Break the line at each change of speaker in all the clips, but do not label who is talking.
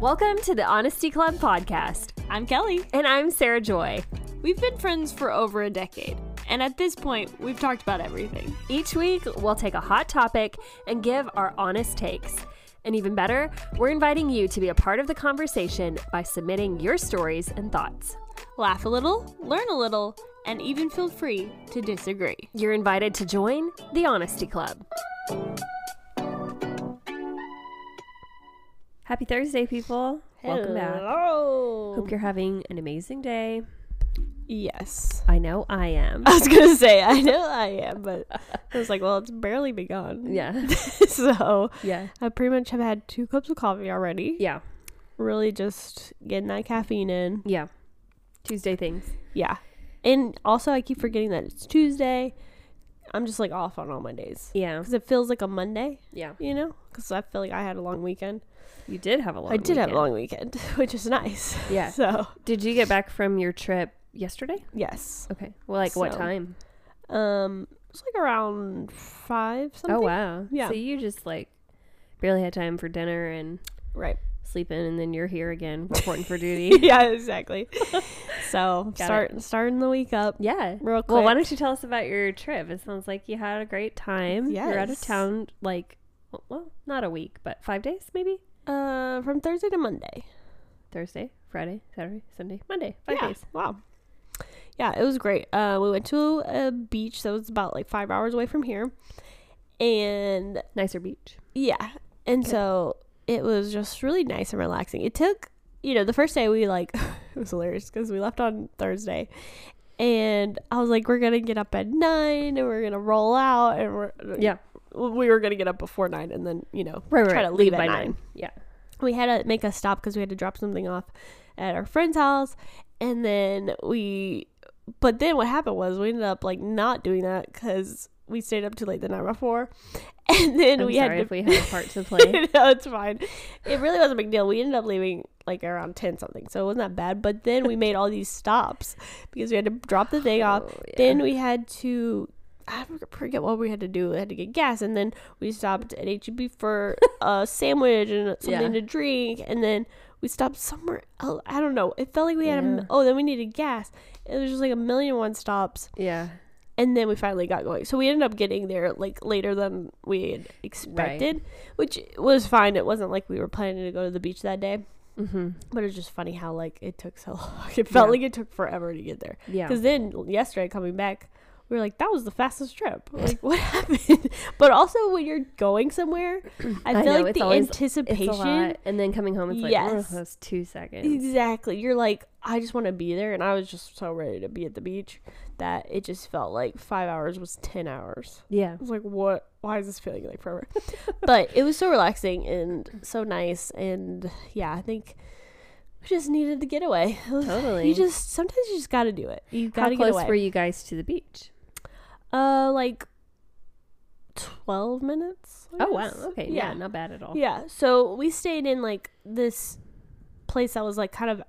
Welcome to the Honesty Club podcast.
I'm Kelly.
And I'm Sarah Joy.
We've been friends for over a decade, and at this point, we've talked about everything.
Each week, we'll take a hot topic and give our honest takes. And even better, we're inviting you to be a part of the conversation by submitting your stories and thoughts.
Laugh a little, learn a little, and even feel free to disagree.
You're invited to join the Honesty Club. Happy Thursday, people. Welcome back.
Hello.
Hope you're having an amazing day.
yes.
I know I am.
I was gonna say I know I am, but I was like, well, it's barely begun.
Yeah.
so
Yeah.
I pretty much have had two cups of coffee already.
Yeah.
Really, just getting that caffeine in.
Yeah. Tuesday things.
Yeah. And also, I keep forgetting that it's Tuesday. I'm just like off on all my days
Yeah.
because it feels like a Monday.
Yeah.
you know, because I feel like I had a long weekend.
You did have a long
I did have a
weekend.
long weekend, which is nice.
Yeah.
So
Did you get back from your trip yesterday?
yes,
Okay. Well, like what
So,
time?
um, it's like around five something.
Oh wow.
Yeah.
So you just like barely had time for dinner and
Right.
sleeping, and then you're here again reporting for duty.
yeah, exactly. so
Got
start starting the week up.
Yeah.
Real
Well, why
quick.
don't you tell us about your trip? It sounds like you had a great time. You're out of
Yes.
town like well, well, not a week, but five days maybe.
Uh, from Thursday to Monday.
Thursday, Friday, Saturday, Sunday, Monday. Five
yeah.
days.
Wow. Yeah, it was great. Uh, we went to a beach that was about like five hours away from here, and
Nicer beach.
Yeah. And so it was just really nice and relaxing. It took, you know, the first day we like, it was hilarious because we left on Thursday. And I was like, we're going to get up at nine and we're going to roll out. And we're, uh,
Yeah.
we were going to get up before nine and then, you know, try to leave,
Leave
at
by
nine.
Yeah.
We had to make a stop because we had to drop something off at our friend's house. And then we, but then what happened was we ended up like not doing that because we stayed up too late the night before. And then
I'm
we
sorry
had to
if we had a part to play.
no, it's fine. It really was a big deal. We ended up leaving like around ten something, so it wasn't that bad. But then we made all these stops because we had to drop the thing off.
Oh, yeah.
Then we had to. I forget what we had to do. We had to get gas, and then we stopped at HEB for a sandwich and something
Yeah.
to drink, and then we stopped somewhere else. I don't know. It felt like we had. A,
Yeah.
m- oh, then we needed gas. It was just like a million and one stops,
yeah.
and then we finally got going. So we ended up getting there like later than we had expected, which was fine. It wasn't like we were planning to go to the beach that day,
Mm-hmm.
but it's just funny how like it took so long. It felt
Yeah.
like it took forever to get there.
Yeah.
Because then yesterday coming back, we were like, that was the fastest trip. Like what happened? but also when you're going somewhere, I feel
I know,
like
it's
the
always-
anticipation.
It's a lot. And then coming home, it's like,
Yes.
oh, that's two seconds.
Exactly. You're like, I just want to be there, and I was just so ready to be at the beach that it just felt like five hours was ten hours.
Yeah.
I was like, what? Why is this feeling like forever? but it was so relaxing and so nice. And yeah, I think we just needed the getaway.
Totally.
You just, sometimes you just got to do it. You got
How
to get
close
away.
were you guys to the beach?
uh, like 12 minutes. I
Oh, wow.
guess.
Okay. Yeah. Not bad at all.
Yeah. So we stayed in like this place that was like kind of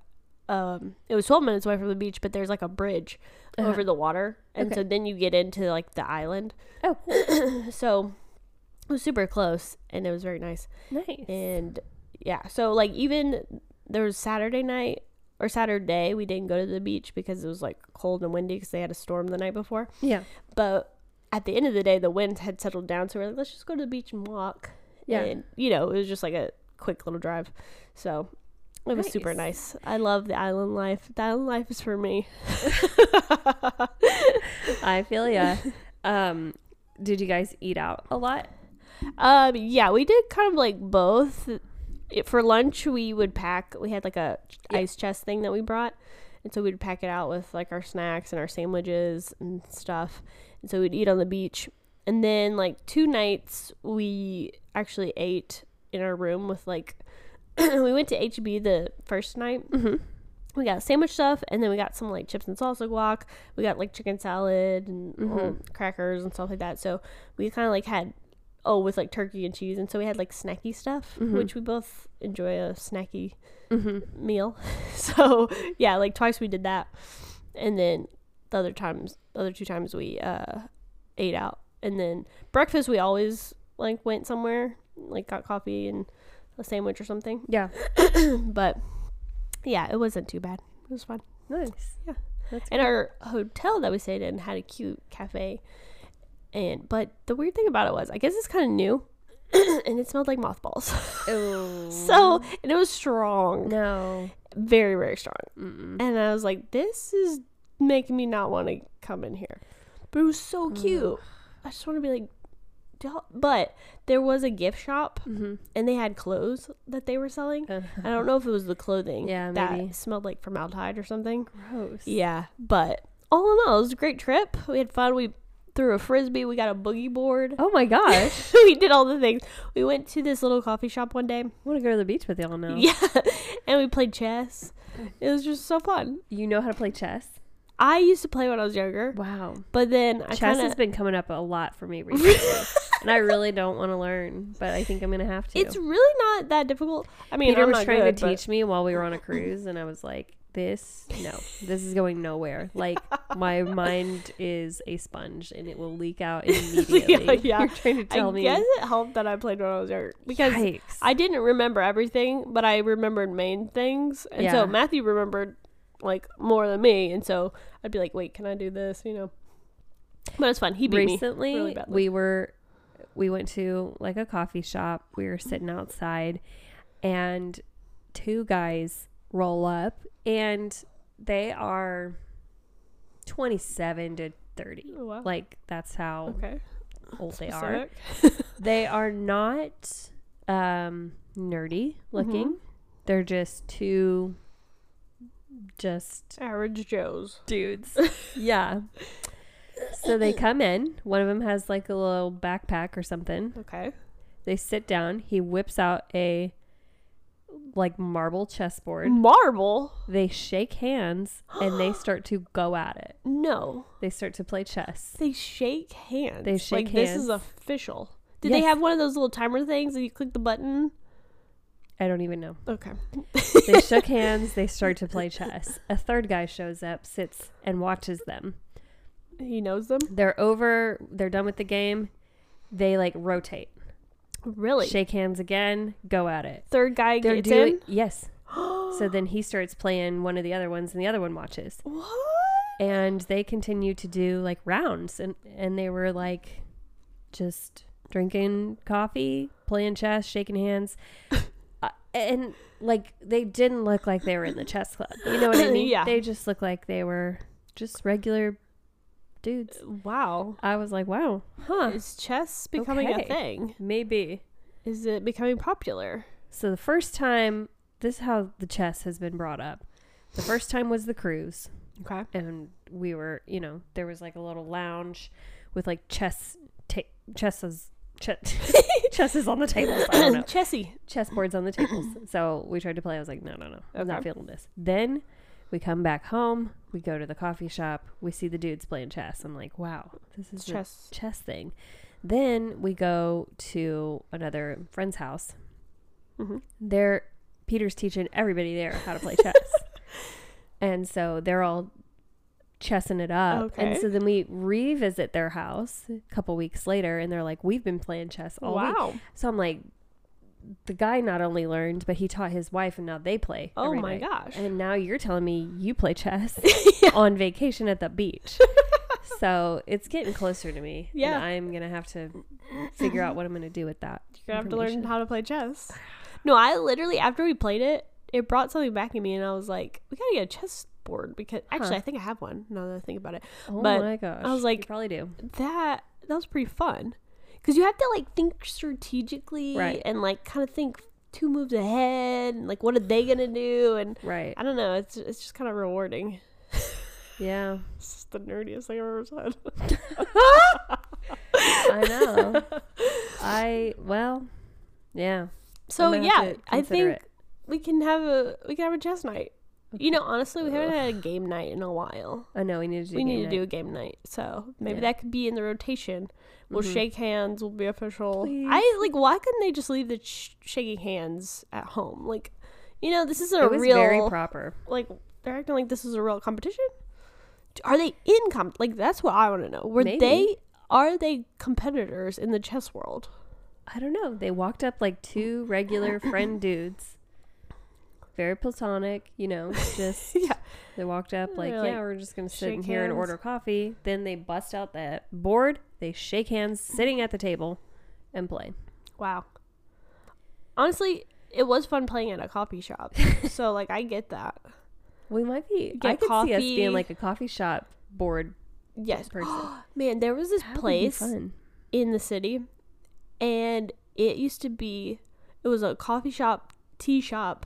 um it was 12 minutes away from the beach, but there's like a bridge
Uh-huh.
over the water. And
Okay.
so then you get into like the island.
Oh,
so it was super close and it was very nice.
nice.
And yeah, so like even there was Saturday night or Saturday we didn't go to the beach because it was like cold and windy because they had a storm the night before.
yeah.
But at the end of the day, the wind had settled down, so we're like, let's just go to the beach and walk.
Yeah.
And, you know, it was just like a quick little drive. So it was super nice. I love the island life. The island life is for me.
I feel ya. Um, did you guys eat out a lot?
Um, yeah, we did kind of like both. It, for lunch, we would pack. We had like a ch-
Yeah.
ice chest thing that we brought, and so we'd pack it out with like our snacks and our sandwiches and stuff. And so we'd eat on the beach, and then like two nights we actually ate in our room with like we went to HB the first night.
Mhm.
We got sandwich stuff, and then we got some like chips and salsa guac. We got like chicken salad and little crackers and stuff like that. So we kind of like had oh with like turkey and cheese, and so we had like snacky stuff, which we both enjoy a snacky
Mm-hmm.
meal. So yeah, like twice we did that, and then the other times, the other two times we uh, ate out, and then breakfast we always like went somewhere, like got coffee and a sandwich or something.
Yeah.
But yeah, it wasn't too bad. It was fun.
Nice.
Yeah.
That's
And our hotel that we stayed in had a cute cafe. And but the weird thing about it was, I guess it's kind of new, and it smelled like mothballs.
oh
so and it was strong,
no.
very very strong.
Mm-mm.
And I was like, this is making me not want to come in here. But it was so
Mm.
cute. I just want to be like, "Y'all-" but there was a gift shop
Mm-hmm.
and they had clothes that they were selling. I don't know if it was the clothing
Uh-huh. Yeah,
that
maybe.
smelled like formaldehyde or something.
Gross.
Yeah, but all in all, it was a great trip. We had fun. We threw a frisbee. We got a boogie board.
Oh my gosh.
we did all the things. We went to this little coffee shop one day.
I want to go to the beach with y'all now.
Yeah, and we played chess. It was just so fun.
You know how to play chess?
I used to play when I was younger,
Wow.
but then I
chess
kind
has
of.
been coming up a lot for me recently. and I really don't want to learn, but I think I'm going to have to.
It's really not that difficult. I mean,
Peter
I'm
was
not
trying
good,
to
but-
teach me while we were on a cruise, and I was like, this, no, this is going nowhere. Like, my mind is a sponge and it will leak out immediately.
yeah.
You're trying to tell
I
me.
guess it helped that I played when I was younger because
Yikes.
I didn't remember everything, but I remembered main things, and
Yeah.
so Matthew remembered like more than me, and so I'd be like, "Wait, can I do this?" You know. But it's fun. He beat
recently
me really badly.
we were we went to like a coffee shop we were sitting outside and two guys roll up and they are 27 to 30
Oh, wow.
like that's how
okay.
old they are
Specific.
they are not um nerdy looking
Mm-hmm.
they're just two just
Average Joes.
dudes. yeah. So they come in. One of them has like a little backpack or something.
Okay.
They sit down. He whips out a like marble chessboard.
Marble.
They shake hands and they start to go at it.
No,
They start to play chess.
they shake hands.
They
like,
shake
This
hands.
is official. Did they
Yes.
have one of those little timer things and you click the button?
I don't even know.
Okay.
They shook hands. They start to play chess. A third guy shows up, sits, and watches them.
He knows them.
They're over. They're done with the game. They like rotate,
Really?
shake hands again, go at it.
Third guy
They're
gets
doing
in.
yes. so then he starts playing one of the other ones, and the other one watches,
What?
and they continue to do like rounds, and and they were like, just drinking coffee, playing chess, shaking hands, uh, and like they didn't look like they were in the chess club. You know what I mean?
Yeah.
They just looked like they were just regular dudes.
Wow.
I was like, wow, huh?
Is chess becoming
Uh, Okay.
a thing?
Maybe.
Is it becoming popular?
So the first time, this is how the chess has been brought up. The first time was the cruise,
Okay.
and we were, you know, there was like a little lounge with like chess, ta- chesses, che- chesses on the tables. I don't know,
Chessy.
chessboards on the tables. So we tried to play. I was like, no, no, no, I'm not
Okay.
feeling this. Then we come back home. We go to the coffee shop. We see the dudes playing chess. I'm like, wow, this is a
Chess.
chess thing. Then we go to another friend's house.
Mhm.
There, Peter's teaching everybody there how to play chess, and so they're all chessing it up. And
Okay.
so then we revisit their house a couple weeks later, and they're like, "We've been playing chess all week."
Wow.
So I'm like, the guy not only learned, but he taught his wife, and now they play.
Oh
every
my
night.
gosh.
And now you're telling me you play chess on vacation at the beach. so it's getting closer to me. and
Yeah.
I'm going to have to figure out what I'm going to do with that.
You're gonna have to learn
information.
how to play chess. No, I literally after we played it, it brought something back in me, and I was like, we gotta get a chess board because actually I think I have one. Now that I think about it,
Oh
But
my gosh.
I was
You
like-
probably do.
that that was pretty fun because you have to like think strategically
Right.
and like kind of think two moves ahead and like what are they gonna do and
Right.
I don't know. It's it's just kind of rewarding.
Yeah.
It's just the nerdiest thing I've ever said.
I know. I, well, yeah.
So
gonna have
yeah,
to
I
consider
think we can have a we can have a chess night. You know, honestly, we haven't had a game night in a while.
I know we need to do
We need
game
to do
night.
a game night, so maybe
Yeah. Mm-hmm.
that could be in the rotation. We'll shake hands. We'll be official. I
Please.
like. Why couldn't they just leave the sh- shaking hands at home? Like, you know, this is a
It was
real
very proper.
like they're acting like this is a real competition. Are they in comp? Like that's what I want to know. Were
Maybe.
they are they competitors in the chess world?
I don't know. They walked up like two regular friend dudes. Very platonic, you know, just
yeah.
they walked up like,
They're like,
yeah, we're just gonna sit
"Shake
in here and
hands."
order coffee. Then they bust out that board, they shake hands sitting at the table and play.
Wow. Honestly, it was fun playing at a coffee shop. so like I get that.
We might be I
Get
could see us
coffee.
being like a coffee shop board
Yes.
person.
Man, there was this
That would be
place
fun.
in the city and it used to be it was a coffee shop, tea shop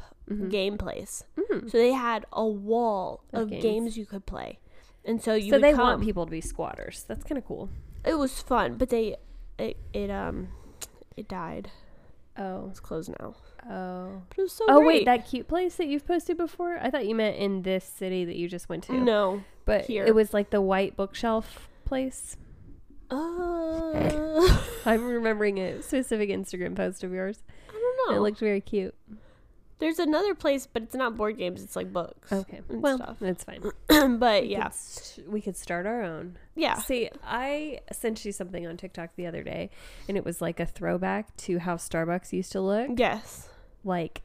game place.
Mm.
So they had a wall
Mm-hmm. Of
of,
games.
games. you could play. And so you
So
would
they
come.
want people to be squatters. That's kinda cool.
it was fun, but they it, it um it died.
Oh.
It's closed now.
Oh.
But it was so
Oh
great.
wait, that cute place that you've posted before? I thought you meant in this city that you just went to.
no.
but
here.
it was like the white bookshelf place.
Uh,
I'm remembering a specific Instagram post of yours.
I don't know.
It looked very cute.
There's another place, but it's not board games. It's like books.
Okay,
And
well,
stuff.
that's fine.
but
We
yeah,
could st- we could start our own.
yeah.
See, I sent you something on TikTok the other day, and it was like a throwback to how Starbucks used to look,
Yes.
like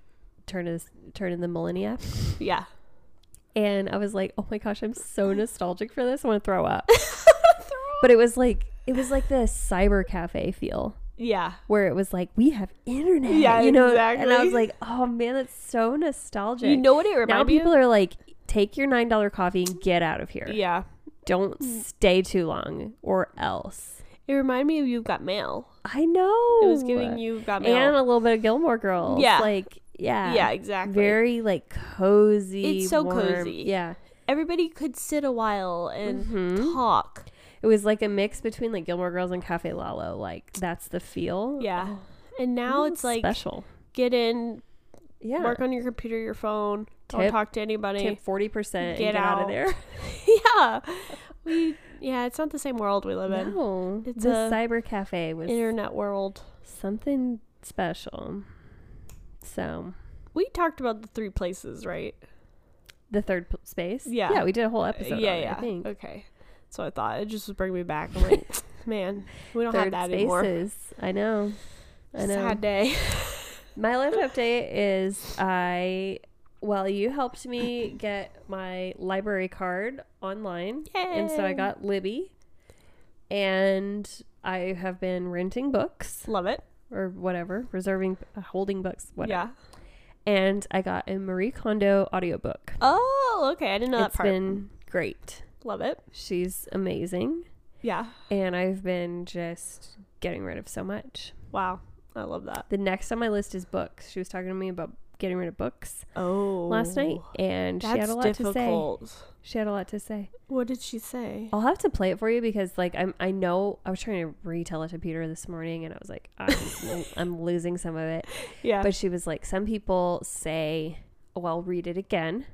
turn of turn in the millennia.
Yeah.
And I was like, oh my gosh, I'm so nostalgic for this. I want to throw up. But it was like it was like the cyber cafe feel.
Yeah.
where it was like we have internet.
Yeah,
you know, and I
exactly.
was like, oh man, that's so nostalgic.
You know what it
now
reminded me
people are like, take your nine dollar coffee and get out of here.
of? Yeah. Mm.
Don't stay too long or else.
It reminded me of You've Got Mail.
I know
It was giving You've Got Mail.
and a little bit of Gilmore Girls.
Yeah.
like yeah,
yeah, exactly.
very like cozy.
It's so
warm.
cozy.
Yeah, Mm-hmm.
Everybody could sit a while and talk.
it was like a mix between like Gilmore Girls and Cafe Lalo. Like that's the feel.
Yeah. And now it's like
Oh. special.
get in,
Yeah,
work on your computer, your phone, don't
Tip-
talk to anybody.
tip forty percent. and
Get
get out of
out.
there.
yeah. We yeah, it's not the same world we live in.
No,
It's
the
a
cyber cafe was
Internet world.
something special. So
We talked about the three places, right?
the third p- space.
Yeah. Uh,
yeah, we did a whole episode.
yeah,
on it,
yeah.
I think
Okay. So I thought it just would bring me back. I'm like, man, we don't have
third
that
spaces.
anymore.
I know. I know.
Sad day.
My life update is I. Well, you helped me get my library card online, and so I
Yay.
got Libby, and I have been renting books
Love it.
or whatever, reserving, uh, holding books, whatever.
Yeah.
and I got a Marie Kondo audiobook.
Oh, okay. I didn't know that
It's
part.
been great.
Love it.
She's amazing,
Yeah.
and I've been just getting rid of so much.
Wow. I love that.
The next on my list is books. She was talking to me about getting rid of books
Oh.
last night, and she
That's
had a lot to say.
difficult.
She had a lot to say.
What did she say?
I'll have to play it for you because, like, I'm I know I was trying to retell it to Peter this morning, and I was like, I'm, I'm losing some of it.
Yeah.
But she was like, some people say, oh, I'll read it again.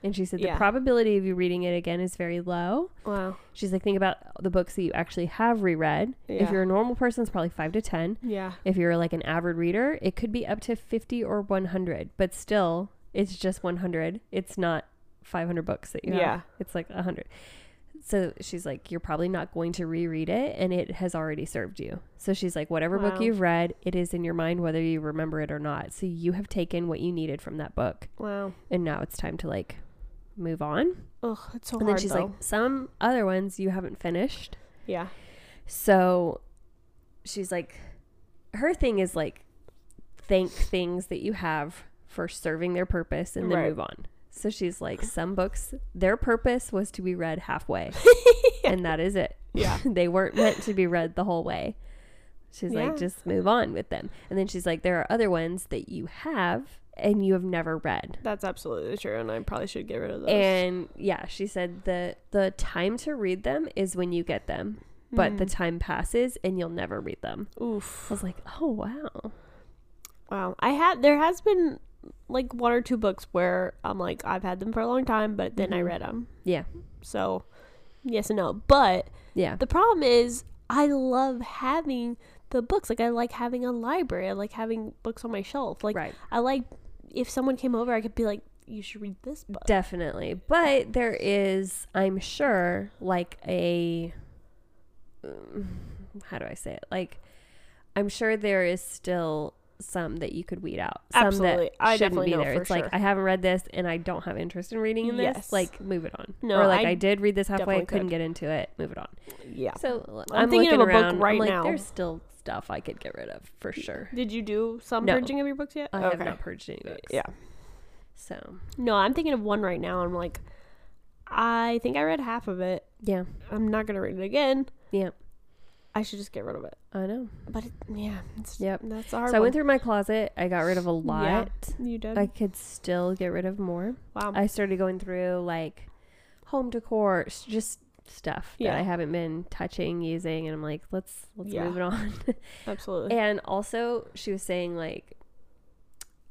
And she said, the
Yeah.
probability of you reading it again is very low.
wow.
She's like, think about the books that you actually have reread. If
Yeah.
you're a normal person, it's probably five to 10.
Yeah.
If you're like an avid reader, it could be up to 50 or 100, but still, it's just 100. It's not 500 books that you have.
Yeah.
It's like 100. So she's like, you're probably not going to reread it, and it has already served you. So she's like, whatever book
Wow.
you've read, it is in your mind whether you remember it or not. So you have taken what you needed from that book,
Wow.
and now it's time to like move on.
Ugh, it's so
and
hard
then she's
though.
like, some other ones you haven't finished.
yeah.
So she's like, her thing is like, thank things that you have for serving their purpose and then
Right.
move on. So she's like, some books, their purpose was to be read halfway, and that is it.
Yeah.
they weren't meant to be read the whole way. She's
Yeah.
like, just move on with them. And then she's like, there are other ones that you have and you have never read.
That's absolutely true, and I probably should get rid of those.
And yeah, she said the the time to read them is when you get them, but
Hmm.
the time passes and you'll never read them. I
Oof.
was like, oh wow.
Wow. I had there has been like one or two books where I'm like I've had them for a long time, but then I read them.
Mm-hmm. Yeah.
So yes and no. But
Yeah.
the problem is I love having the books. Like I like having a library. I like having books on my shelf. Like uh,
Right.
I like if someone came over, I could be like, "You should read this book."
Definitely. But there is, I'm sure, like a um, how do I say it? Like I'm sure there is still some that you could weed out. Some
Absolutely.
that
I
shouldn't
definitely
be
know
there.
for
it's
sure.
like I haven't read this and I don't have interest in reading in this.
Yes.
Like move it on.
No,
or like
I
I, did read this halfway,
definitely
I couldn't
could.
get into it. Move it on.
Yeah.
So l-
I'm
I'm,
thinking of
looking
a book
around. I'm
right
like,
now.
There's still stuff I could get rid of for sure.
Did you do some
No.
purging of your books yet?
I have not purged any books.
Yeah.
So
No, I'm thinking of one right now. I'm like, I think I read half of it.
yeah,
I'm not gonna read it again.
yeah,
I should just get rid of it.
I know.
But it, yeah, it's,
Yep.
that's a hard.
So I went through my closet. I got rid of a lot.
through. You did.
I could still get rid of more.
wow.
I started going through like home decor, s- just stuff
Yeah.
that I haven't been touching, using, and I'm like, let's let's
Yeah.
move it on.
Absolutely.
and also, she was saying like,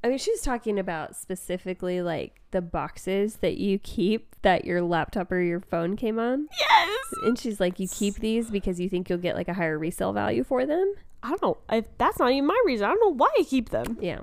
I mean, she was talking about specifically like the boxes that you keep that your laptop or your phone came on,
yes.
and she's like, you keep these because you think you'll get like a higher resale value for them.
I don't know. If that's not even my reason. I don't know why I keep them.
Yeah.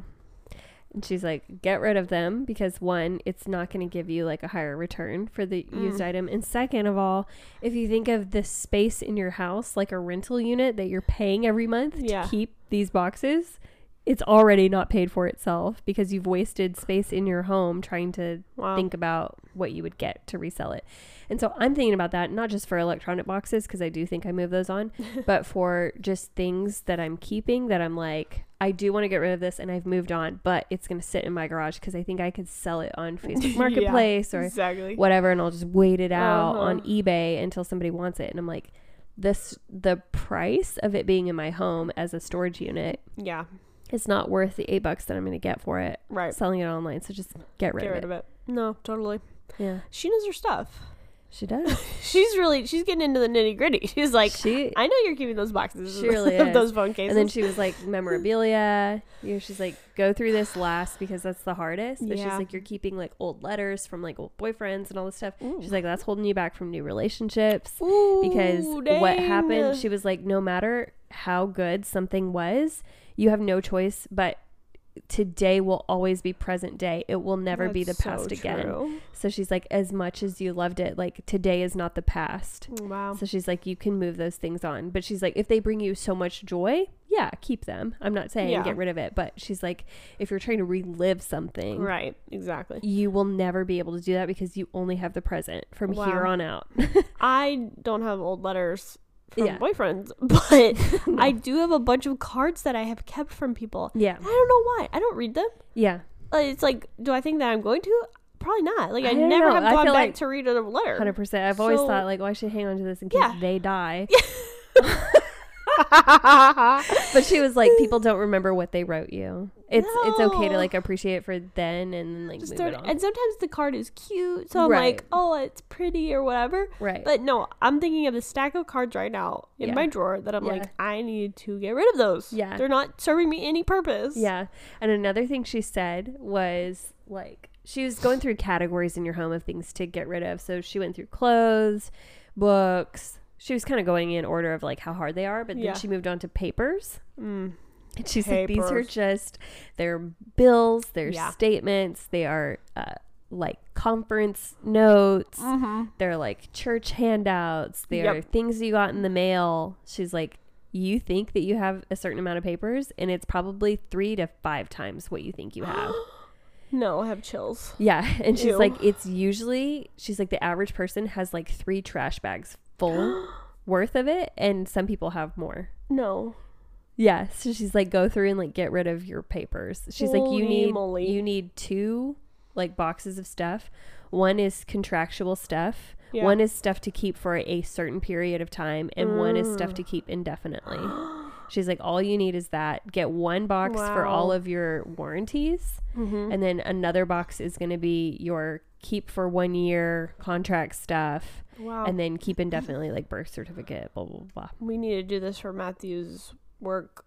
And she's like, get rid of them because one, it's not going to give you like a higher return for the
Mm.
used item. And second of all, if you think of the space in your house, like a rental unit that you're paying every month
Yeah.
to keep these boxes, it's already not paid for itself because you've wasted space in your home trying to
Wow.
think about what you would get to resell it. And so I'm thinking about that, not just for electronic boxes, because I do think I move those on, but for just things that I'm keeping that I'm like, I do want to get rid of this and I've moved on, but it's going to sit in my garage because I think I could sell it on Facebook
Yeah,
Marketplace or
exactly.
whatever and I'll just wait it out
Uh-huh.
on eBay until somebody wants it. And I'm like, this the price of it being in my home as a storage unit
Yeah.
is not worth the eight bucks that I'm gonna get for it
Right.
selling it online. So just get rid
Get
of it.
rid of it. No, totally.
Yeah.
She knows her stuff.
She does.
She's really. She's getting into the nitty gritty. She's like,
she
I know you're keeping those boxes
She really
of
is.
those phone cases.
and then she was like memorabilia. You know, she's like, go through this last because that's the hardest. But
Yeah.
she's like, you're keeping like old letters from like old boyfriends and all this stuff. She's like, that's holding you back from new relationships. because
Ooh,
what
dang.
happened, she was like, no matter how good something was, you have no choice but today will always be present day. It will never be the
That's so
past again.
true.
So she's like, as much as you loved it, like today is not the past.
Wow.
So she's like, you can move those things on. But she's like, if they bring you so much joy, yeah, keep them. I'm not saying
Yeah.
get rid of it, but she's like, if you're trying to relive something,
Right. Exactly.
you will never be able to do that because you only have the present from
Wow.
here on out.
I don't have old letters from
Yeah.
boyfriends, but I do have a bunch of cards that I have kept from people.
yeah.
I don't know why. I don't read them.
Yeah.
Uh, It's like, do I think that I'm going to? Probably not. Like I,
I don't
never
know.
have
I
gone back
feel like
to read a letter.
100%. I've always
So-
thought, like, well, I should hang on to this in case
Yeah.
they die.
I
But she was like, people don't remember what they wrote you. It's it's okay to
No.
like appreciate it for then and then like
just
move
don't-
it on.
and sometimes the card is cute, so I'm
Right.
like, oh, it's pretty or whatever.
right.
But no, I'm thinking of a stack of cards right now in
Yeah.
my drawer that I'm
Yeah.
like, I need to get rid of those.
Yeah.
They're not serving me any purpose.
Yeah. And another thing she said was like she was going through categories in your home of things to get rid of. So she went through clothes, books. She was kind of going in order of like how hard they are, but
Yeah.
then she moved on to papers.
Mm.
And she's like, these are
Papers.
just their bills, their
Yeah.
statements, they are uh, like conference notes,
Mhm.
they're like church handouts, they
Yep.
are things you got in the mail. She's like, you think that you have a certain amount of papers, and it's probably three to five times what you think you have.
No, I have chills.
yeah. And she's
Ew.
like, it's usually, she's like, the average person has like three trash bags full worth of it, and some people have more.
No.
Yeah, so she's like, go through and like get rid of your papers. She's like,
Holy
you need
moly.
you need two like boxes of stuff. One is contractual stuff.
Yeah.
One is stuff to keep for a certain period of time, and one is stuff to
Mm.
keep indefinitely. She's like, all you need is that. Get one box for all
Wow. Mm-hmm.
of your warranties, and then another box is going to be your keep for one year contract stuff,
Wow.
and then keep indefinitely like birth certificate, blah blah blah.
we need to do this for Matthew's work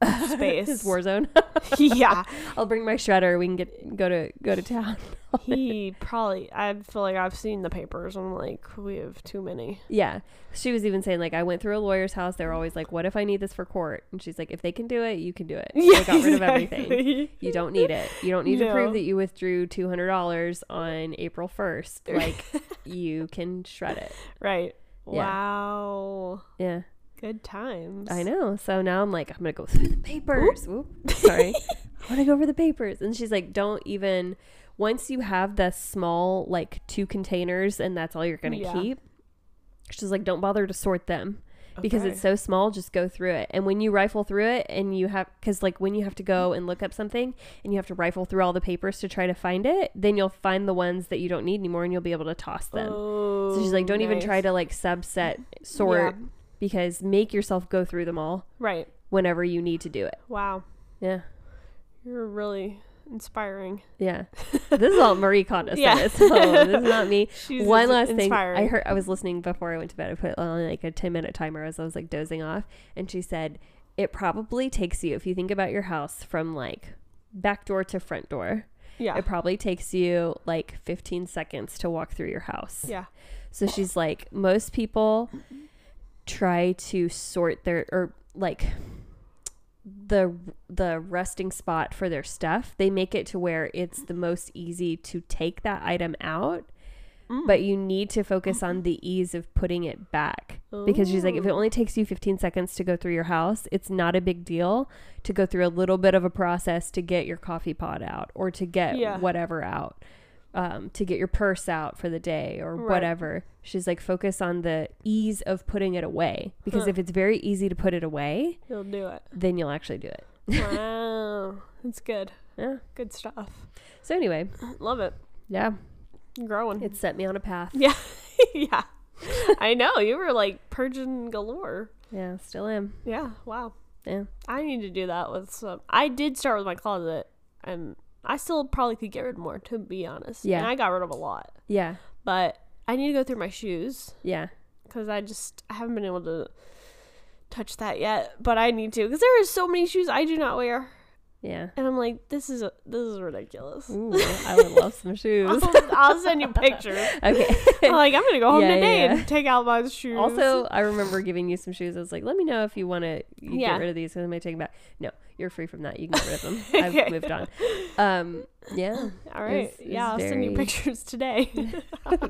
space.
His war zone.
yeah.
I'll bring my shredder. We can get go to go to town.
He probably, I feel like I've seen the papers. I'm like, we have too many.
yeah, she was even saying like I went through a lawyer's house. They were always like, "What if I need this for court?" And she's like, "If they can do it, you can do it." they got rid of everything.
exactly.
You don't need it. You don't need to prove
No.
that you withdrew two hundred dollars on April first. Like you can shred it.
Right.
Yeah.
Wow.
Yeah.
Good times.
I know. So now I'm like, I'm gonna go through the papers. Oop. Sorry. I wanna go over the papers. And she's like, Don't even once you have the small like two containers and that's all you're gonna
Yeah.
keep, she's like, Don't bother to sort them. Because
Okay.
it's so small, just go through it. And when you rifle through it, and you have, because like when you have to go and look up something and you have to rifle through all the papers to try to find it, then you'll find the ones that you don't need anymore and you'll be able to toss them.
Oh,
So she's like, don't even
nice.
try to like subset sort because make yourself go through them all
Right.
whenever you need to do it.
Wow.
Yeah.
You're really inspiring.
Yeah. this is all Marie Kondo said.
Yeah.
it, So this is not me.
She's
One
ins-
last
inspiring.
thing. I heard I was listening before I went to bed. I put on like a 10 minute timer as I was like dozing off. And she said, it probably takes you, if you think about your house from like back door to front door,
Yeah.
it probably takes you like 15 seconds to walk through your house.
Yeah.
So she's like, most people try to sort their or like the the resting spot for their stuff. They make it to where it's the most easy to take that item out,
Mm.
but you need to focus on the ease of putting it back. Because she's like, if it only takes you 15 seconds to go through your house, it's not a big deal to go through a little bit of a process to get your coffee pot out or to get
Yeah.
whatever out um, to get your purse out for the day or
Right.
whatever. She's like, focus on the ease of putting it away because
Huh.
if it's very easy to put it away,
You'll do it.
then you'll actually do it.
Wow. That's good.
Yeah.
Good stuff.
So anyway,
Love it.
yeah,
Growing.
it set me on a path.
yeah. yeah. I know. You were like purging galore.
Yeah, still am.
Yeah. Wow.
Yeah,
I need to do that with some. I did start with my closet, and I still probably could get rid more, to be honest.
Yeah.
And I got rid of a lot,
yeah,
but I need to go through my shoes
yeah,
because I just I haven't been able to touch that yet. But I need to because there are so many shoes I do not wear,
yeah.
and I'm like, this is this is ridiculous.
Ooh, I would love some shoes.
I'll, I'll send you pictures.
Okay.
I'm like, I'm gonna go home
Yeah,
today
yeah.
and take out my shoes.
Also, I remember giving you some shoes. I was like, let me know if you want to
Yeah.
get rid of these because I might take them back. No, you're free from that. You can get rid of them. I've moved on. Um, yeah,
all right,
is-
yeah,
is
I'll send you
very-
pictures today.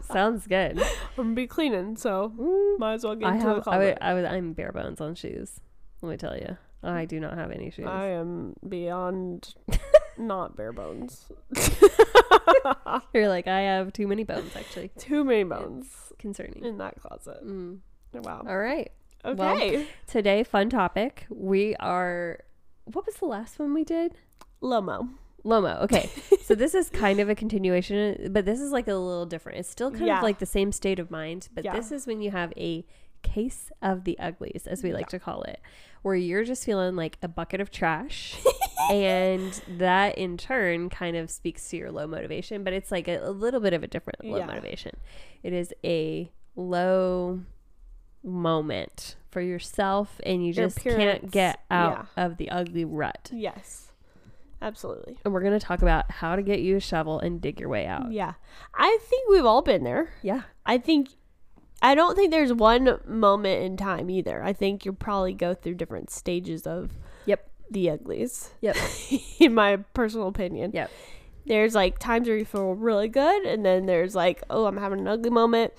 sounds good.
I'm gonna be cleaning, so might as well get
I
into the
have. I
closet.
would, I would, I'm bare bones on shoes. Let me tell you, I do not have any shoes.
I am beyond not bare bones.
You're like, I have too many bones. Actually,
Too many bones
concerning.
in that closet. Oh,
Mm.
Wow.
All right,
Uh,
well,
Okay.
today fun topic. We are. What was the last one we did?
Lomo.
Lomo. Okay, so this is kind of a continuation, but this is like a little different. It's still kind
Yeah.
of like the same state of mind, but
Yeah.
this is when you have a case of the uglies, as we like to call it, where you're just feeling like a bucket of trash, and that in turn kind of speaks to your low motivation. But it's like a, a little bit of a different low
Yeah.
motivation. It is a low moment for yourself, and you
Your
just can't
appearance.
get out of the ugly rut
Yes. Absolutely.
and we're going to talk about how to get you a shovel and dig your way out.
Yeah. I think we've all been there.
Yeah.
I think I don't think there's one moment in time either. I think you probably go through different stages of
Yep.
the uglies.
Yep.
in my personal opinion.
Yep.
There's like times where you feel really good, and then there's like, oh, I'm having an ugly moment.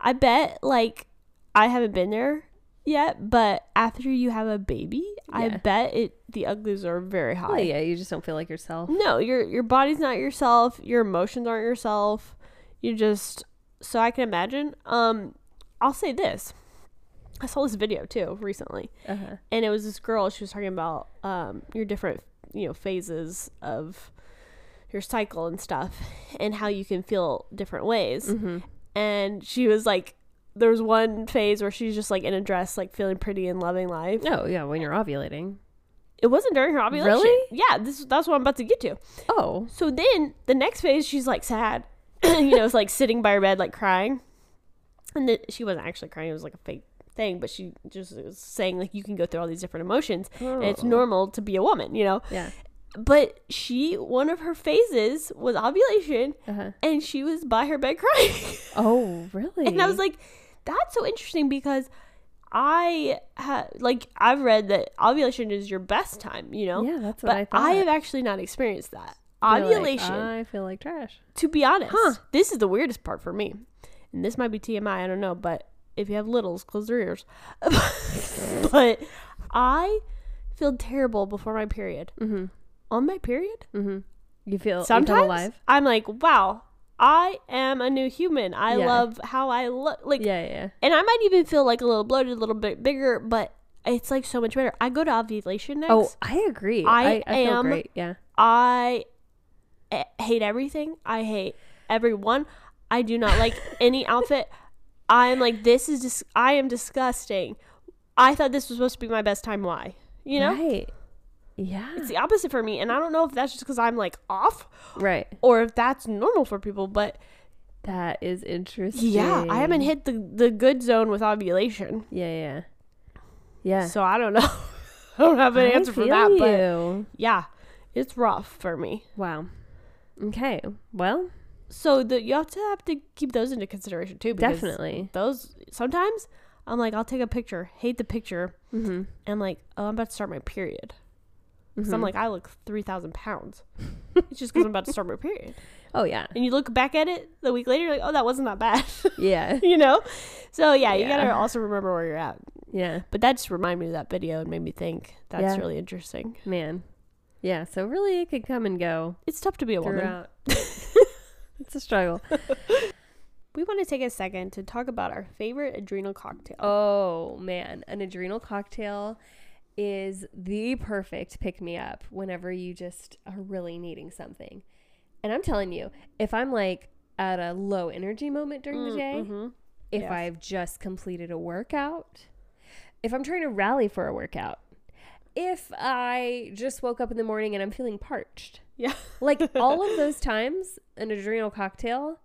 I bet like I haven't been there yet, but after you have a baby, I
Yeah.
bet it the uglies are very high.
Oh, yeah. You just don't feel like yourself.
No, your your body's not yourself. Your emotions aren't yourself. You just so I can imagine. Um, I'll say this. I saw this video too recently
Uh-huh.
and it was this girl she was talking about um, your different you know phases of your cycle and stuff and how you can feel different ways
Mm-hmm.
and she was like there was one phase where she's just like in a dress like feeling pretty and loving life
No, Oh, yeah. When you're ovulating.
it wasn't during her ovulation
Really?
yeah this that's what i'm about to get to
Oh.
so then the next phase, she's like sad, you know, it's like sitting by her bed, like crying. And then she wasn't actually crying, it was like a fake thing, but she just was saying, like, you can go through all these different emotions and it's
Oh.
normal to be a woman, you know?
Yeah.
But she, one of her phases was ovulation
Uh-huh.
and she was by her bed crying.
Oh, really?
And I was like, that's so interesting because I ha- like I've read that ovulation is your best time, you know.
Yeah, that's what
but
I thought.
have actually not experienced that.
You're like,
Ovulation
I feel like trash.
to be honest, this is the weirdest part for me. And this might be TMI, I don't know, but if you have littles, close their ears. but I feel terrible before my period.
Mhm.
On my period,
Mm-hmm. You feel you feel
sometimes
alive.
I'm like, wow, I am a new human. I
Yeah.
love how I look. Like,
Yeah, yeah,
and I might even feel like a little bloated, a little bit bigger, but it's like so much better. I go to ovulation next.
Oh, I agree. I,
I
I, feel
am-
great. Yeah.
I eh, hate everything. I hate everyone. I do not like any outfit. I'm like, this is just, I am disgusting. I thought this was supposed to be my best time. Why? You know?
Right. Yeah.
It's the opposite for me. And I don't know if that's just because I'm like off
right.
or if that's normal for people. But
That is interesting.
yeah, I haven't hit the, the good zone with ovulation.
Yeah, yeah. Yeah.
So I don't know. I don't have an
I
answer for
feel
that. But
you.
yeah, it's rough for me.
wow. Okay. Well,
So the, you have to have to keep those into consideration too. Because
definitely.
those sometimes I'm like, I'll take a picture, hate the picture,
Mhm.
and I'm like, oh, I'm about to start my period. because
Mm-hmm.
I'm like, I look three thousand pounds. it's just because I'm about to start my period.
Oh yeah.
And you look back at it the week later, you're like, oh, that wasn't that bad,
Yeah.
you know. So yeah, you
Yeah.
gotta also remember where you're at.
Yeah.
But that just reminded me of that video and made me think that's
Yeah.
really interesting.
Man. Yeah. So really, it could come and go
It's tough to be a woman.
throughout. it's a struggle.
We want to take a second to talk about our favorite adrenal cocktail.
Oh man, an adrenal cocktail is the perfect pick me up whenever you just are really needing something. And I'm telling you, if I'm like at a low energy moment during the day,
mhm.
if
Yes.
I've just completed a workout, if I'm trying to rally for a workout, if I just woke up in the morning and I'm feeling parched,
Yeah,
like all of those times, an adrenal cocktail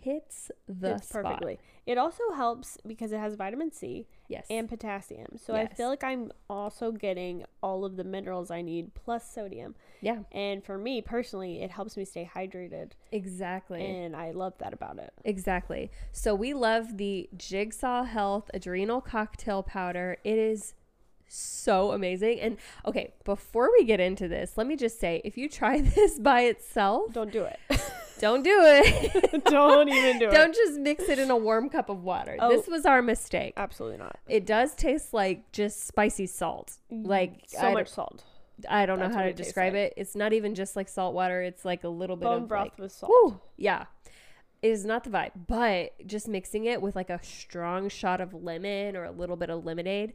hits the
it's
spot.
perfectly. It also helps because it has vitamin C.
Yes.
and potassium. So I
Yes.
feel like I'm also getting all of the minerals I need plus sodium.
yeah,
And for me personally, it helps me stay hydrated,
exactly.
and I love that about it.
Exactly. So we love the Jigsaw Health Adrenal Cocktail Powder. It is so amazing. And okay, before we get into this, let me just say if you try this by itself,
Don't do it.
don't do it.
Don't even do
don't just mix it in a warm cup of water.
Oh. Uh,
This was our mistake.
Absolutely not.
It does taste like just spicy salt. Like
Mm, So
I,
much salt.
I don't know
That's
how
what
to
it tastes
describe
like.
it. It's not even just like salt water. It's like a little bit
Bone
of
broth
like,
with salt.
Woo. Yeah. It is not the vibe, but just mixing it with like a strong shot of lemon or a little bit of lemonade,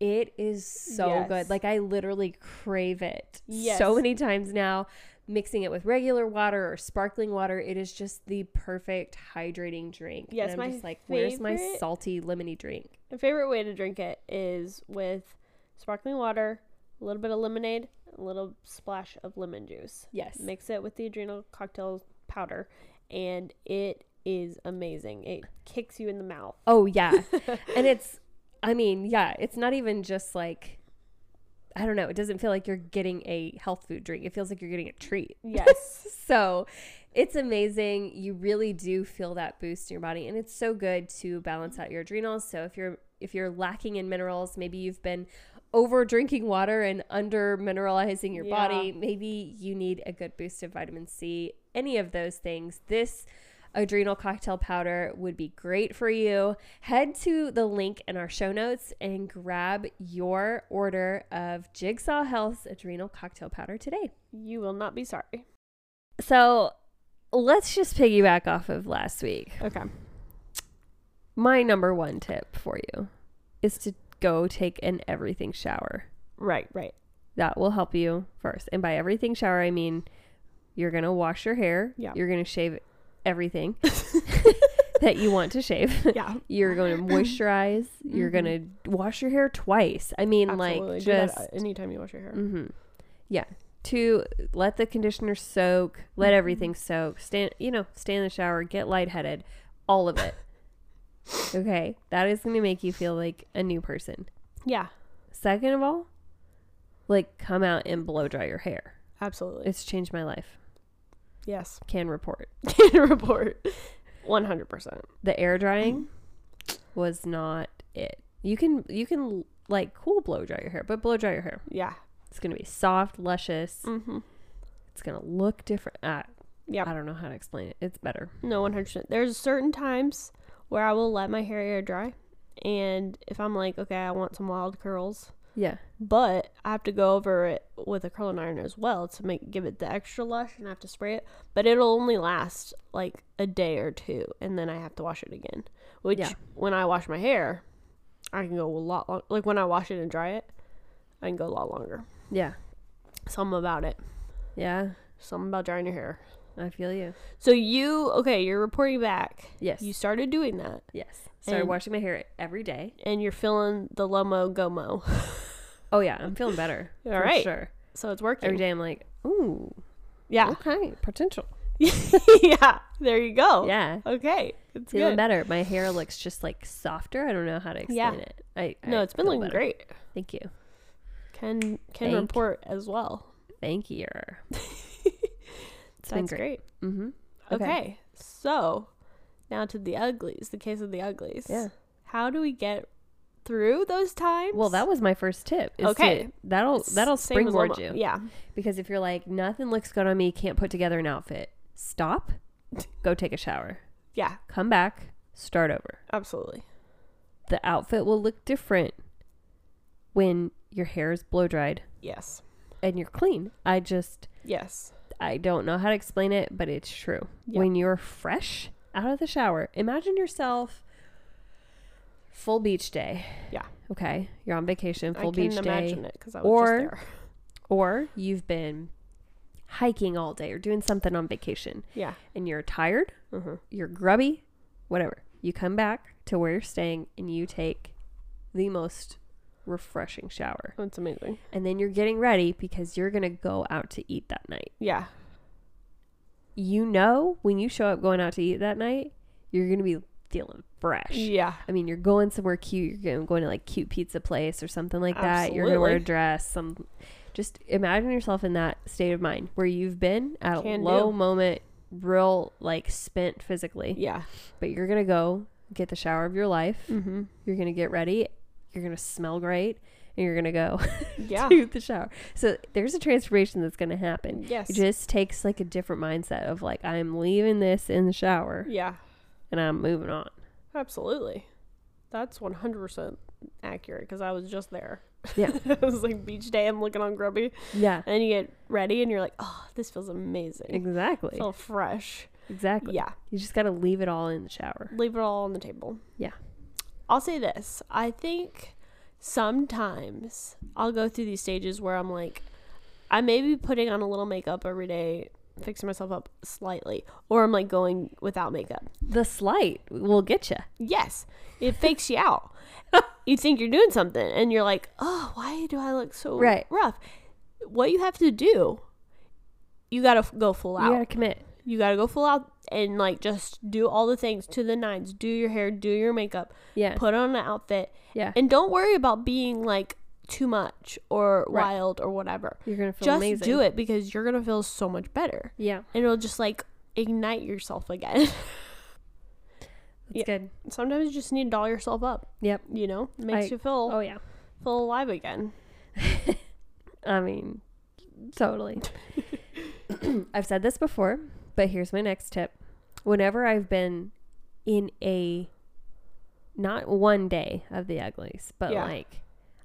it is so
Yes.
good. Like I literally crave it
Yes.
so many times now. Mixing it with regular water or sparkling water, it is just the perfect hydrating drink.
Yes,
and I'm
my
just like, where's my
favorite-
salty lemony drink?
My favorite way to drink it is with sparkling water, a little bit of lemonade, a little splash of lemon juice.
Yes.
Mix it with the adrenal cocktail powder, and it is amazing. It kicks you in the mouth.
Oh yeah. and it's I mean, yeah, it's not even just like I don't know, it doesn't feel like you're getting a health food drink. It feels like you're getting a treat.
Yes.
So, it's amazing. You really do feel that boost in your body and it's so good to balance out your adrenals. So, if you're if you're lacking in minerals, maybe you've been over drinking water and under mineralizing your
Yeah.
body, maybe you need a good boost of vitamin C, any of those things. This adrenal cocktail powder would be great for you. Head to the link in our show notes and grab your order of Jigsaw Health's adrenal cocktail powder today.
You will not be sorry.
So let's just piggyback off of last week.
Okay.
My number one tip for you is to go take an everything shower.
Right, right.
That will help you first. And by everything shower, I mean you're going to wash your hair.
Yeah.
You're going to shave everything that you want to shave.
Yeah.
You're going to moisturize. You're going to wash your hair twice. I mean,
Mm-hmm. Absolutely.
like,
Do that
just.
anytime you wash your hair.
Mm-hmm. Yeah. To let the conditioner soak, let everything soak. Stand, you know, stay in the shower, get lightheaded, all of it. okay, that is going to make you feel like a new person.
Yeah.
Second of all, like come out and blow dry your hair.
Absolutely.
It's changed my life.
yes.
Can report
Can report. One hundred percent.
the air drying was not it. You can you can like cool blow dry your hair, but blow dry your hair.
Yeah.
It's going to be soft, luscious.
Mm-hmm.
It's going to look different. Ah,
Yep.
I don't know how to explain it. It's better.
No, one hundred percent. There's certain times where I will let my hair air dry, and if I'm like, okay, I want some wild curls,
Yeah.
but I have to go over it with a curling iron as well to make give it the extra lush, and I have to spray it. But it'll only last like a day or two, and then I have to wash it again. Which
Yeah.
when I wash my hair, I can go a lot long- like when I wash it and dry it, I can go a lot longer.
Yeah.
Something about it.
Yeah.
Something about drying your hair.
I feel you.
So you okay? You're reporting back.
Yes.
You started doing that,
yes. Started
And-
washing my hair every day.
and you're feeling the lomo gomo.
Oh yeah, I'm feeling better.
All
for
right.
Sure.
So it's working.
Every day I'm like, ooh,
Yeah.
okay, potential.
yeah. There you go.
Yeah.
Okay. It's
Feeling
Oh. good.
better. My hair looks just like softer. I don't know how to explain
Yeah.
it. I, I
No, it's been
feel
looking
better.
great.
Thank you.
Can can
Thank-
report as well.
Thank you. It's been
That's great.
Mm-hmm.
Okay.
Okay.
So now to the uglies, the case of the uglies.
Yeah.
How do we get through those times?
Well, that was my first tip. is to-
Okay.
that'll that'll
Same as
springboard you
Lomo. Yeah.
because if you're like nothing looks good on me, can't put together an outfit. Stop. Go take a shower.
Yeah.
Come back. Start over.
Absolutely.
The outfit will look different when your hair is blow dried
Yes.
and you're clean. I just
Yes.
I don't know how to explain it, but it's true.
Yeah.
When you're fresh out of the shower, imagine yourself full beach day.
Yeah.
Okay. You're on vacation, full
I can
beach day.
imagine it because I was
Or-
just there.
Or you've been hiking all day or doing something on vacation
Yeah.
and you're tired,
hmm
you're grubby, whatever. You come back to where you're staying and you take the most refreshing shower.
That's amazing.
And then you're getting ready because you're going to go out to eat that night.
Yeah.
you know when you show up going out to eat that night, you're gonna be feeling fresh.
Yeah.
I mean, you're going somewhere cute. You're going, going to like cute pizza place or something like that. You're gonna wear a
Absolutely.
dress. Some, just imagine yourself in that state of mind where you've been at
Can
a low
do.
moment, real like spent physically.
Yeah.
But you're gonna go get the shower of your life.
Mm-hmm.
You're gonna get ready. You're gonna smell great, and you're gonna go
Yeah.
to the shower. So there's a transformation that's gonna happen.
Yes.
It just takes like a different mindset of like I'm leaving this in the shower
Yeah.
and I'm moving on.
Absolutely. That's 100% accurate because I was just there.
Yeah.
it was like beach day. I'm looking on Grubby.
Yeah.
And you get ready and you're like, oh, this feels amazing.
Exactly.
feel fresh.
Exactly.
Yeah.
You just got to leave it all in the shower.
Leave it all on the table.
Yeah.
I'll say this. I think sometimes I'll go through these stages where I'm like, I may be putting on a little makeup every day, fixing myself up slightly, or I'm like going without makeup.
The slight will get you.
Yes, it fakes you out. you think you're doing something, and you're like, "Oh, why do I look so
Right.
rough?" What you have to do, you gotta f- go full
You
out.
got to commit.
you gotta go full out and like just do all the things to the nines. Do your hair, do your makeup,
Yeah.
put on an outfit,
yeah.
and don't worry about being like too much or
Right.
wild or whatever.
You're going to feel
Just
amazing.
do it because you're gonna feel so much better,
Yeah.
and it'll just like ignite yourself again.
That's good.
Sometimes you just need to doll yourself up.
Yep.
You know, makes
I-
you feel
Oh yeah.
feel alive again.
I mean, totally. I've said this before, but here's my next tip. Whenever I've been in a not one day of the uglies, but
Yeah.
like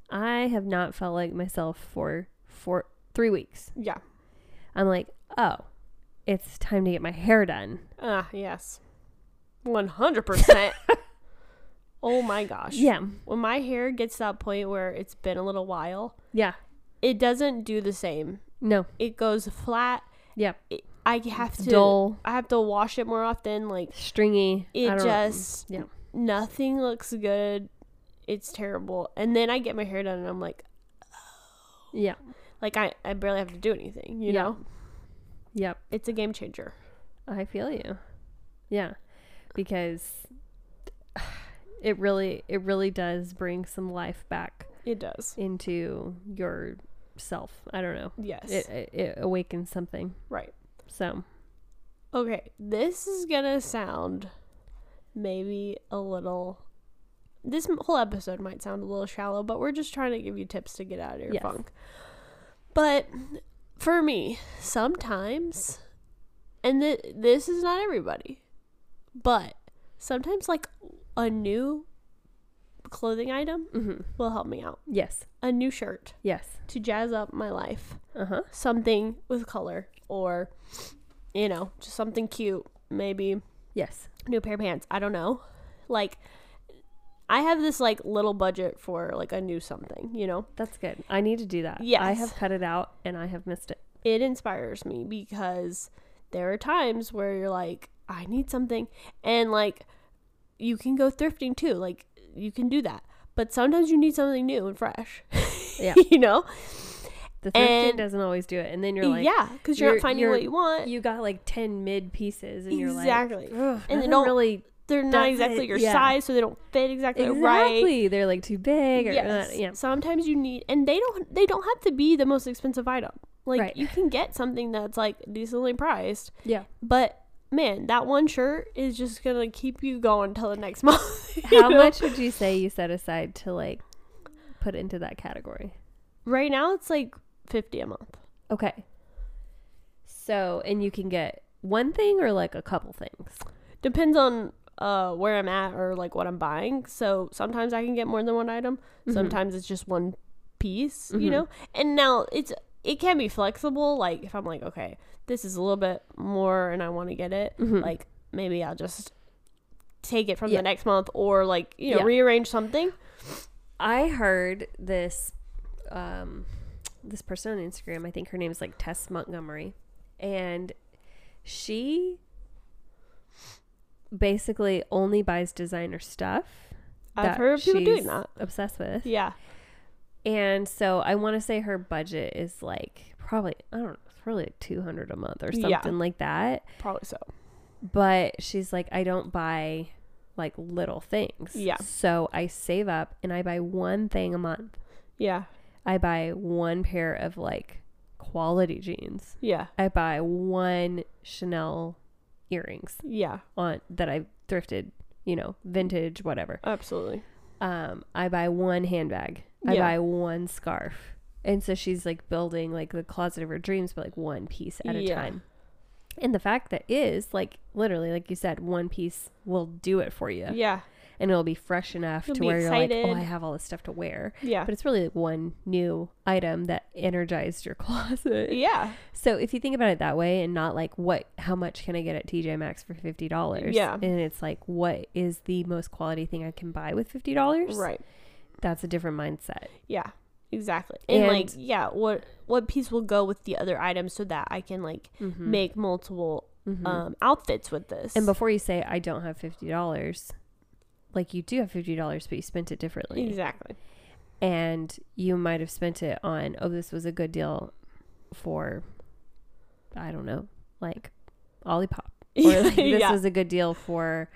I have not felt like myself for for 3 weeks.
Yeah.
I'm like, "Oh, it's time to get my hair done."
Ah, yes. 100%. oh my gosh.
Yeah.
When my hair gets to that point where it's been a little while,
Yeah.
it doesn't do the same.
No.
It goes flat.
Yeah.
It, I have to
Dull,
I have to wash it more often like
stringy. I
it
don't-
just
Yeah.
nothing looks good. It's terrible. And then I get my hair done and I'm like
Yeah.
like I, I barely have to do anything, you
Yeah.
know?
Yep.
It's a game changer.
I feel you. Yeah. Because it really it really does bring some life back
It does.
into yourself. I don't know.
Yes.
It, it it awakens something.
right.
So,
Okay, this is gonna sound maybe a little. This m- whole episode might sound a little shallow, but we're just trying to give you tips to get out of your
Yes.
funk. But for me, sometimes, and th- this is not everybody, but sometimes like a new clothing item
Mm-hmm.
will help me out.
Yes.
A new shirt
Yes.
to jazz up my life.
Uh huh.
Something with color or, you know, just something cute. Maybe
Yes.
new pair of pants. I don't know. Like, I have this like little budget for like a new something, you know?
That's good. I need to do that. I
Yes.
have cut it out and I have missed it.
it inspires me because there are times where you're like, I need something. And like, you can go thrifting too. Like, you can do that. But sometimes you need something new and fresh.
Yeah.
you know?
The thrifting
And-
doesn't always do it. And then you're like,
yeah. Because you're,
you're-
not finding
you're-
what you want.
you got like 10 mid pieces and you're like,
exactly.
Ugh,
And they
nothing
don't-
really
They're
does
not
it,
exactly your
yeah.
size, so they don't fit exactly, right.
exactly. They're like too big or
Yes.
not. uh, Yeah.
Sometimes you need, and they don't. They don't have to be the most expensive item. Like
Right.
you can get something that's like decently priced,
Yeah.
But man, that one shirt is just gonna keep you going till the next month. you
How
know?
much would you say you set aside to like put into that category?
Right now, it's like fifty a month.
Okay. So, and you can get one thing or like a couple things.
Depends on uh where I'm at or like what I'm buying. So sometimes I can get more than one item.
Mm-hmm.
Sometimes it's just one piece. You know. And now it's it can be flexible. Like if I'm like, okay, this is a little bit more, and I want to get it. Like maybe I'll just take it from
Mm-hmm. Yeah.
the next month or like you know
Yeah.
rearrange something
I heard this um this person on Instagram, I think her name is like Tess Montgomery, and she basically only buys designer stuff.
I've heard of people doing
she's
that.
Obsessed with.
yeah
And so I want to say her budget is like probably I don't know, it's probably like 200 a month or something
Yeah.
like that.
probably so
But she's like I don't buy like little things.
Yeah.
So I save up and I buy one thing a month.
yeah
I buy one pair of like quality jeans.
yeah
I buy one Chanel earrings
yeah
on that I thrifted, you know, vintage, whatever.
Absolutely.
Um, I buy one handbag. I
Yeah.
buy one scarf. And so she's like building like the closet of her dreams, but like one piece at a
Yeah.
time. And the fact that is like literally, like you said, one piece will do it for you,
Yeah. Yeah.
and it'll be fresh enough
You'll
to
be
where you're like,
excited.
oh, I have all this stuff to wear.
Yeah.
But it's really like one new item that energized your closet.
Yeah.
So if you think about it that way and not like what how much can I get at TJ Maxx for fifty dollars?
Yeah.
And it's like what is the most quality thing I can buy with fifty dollars?
Right.
That's a different mindset.
Yeah. Exactly. And,
And-
like, yeah, what what piece will go with the other item so that I can like make multiple um outfits with this.
Mm-hmm. And before you say I don't have fifty dollars, like you do have fifty dollars but you spent it differently.
exactly.
And you might have spent it on, oh, this was a good deal for I don't know, like Olipop. or like this
yeah.
was a good deal for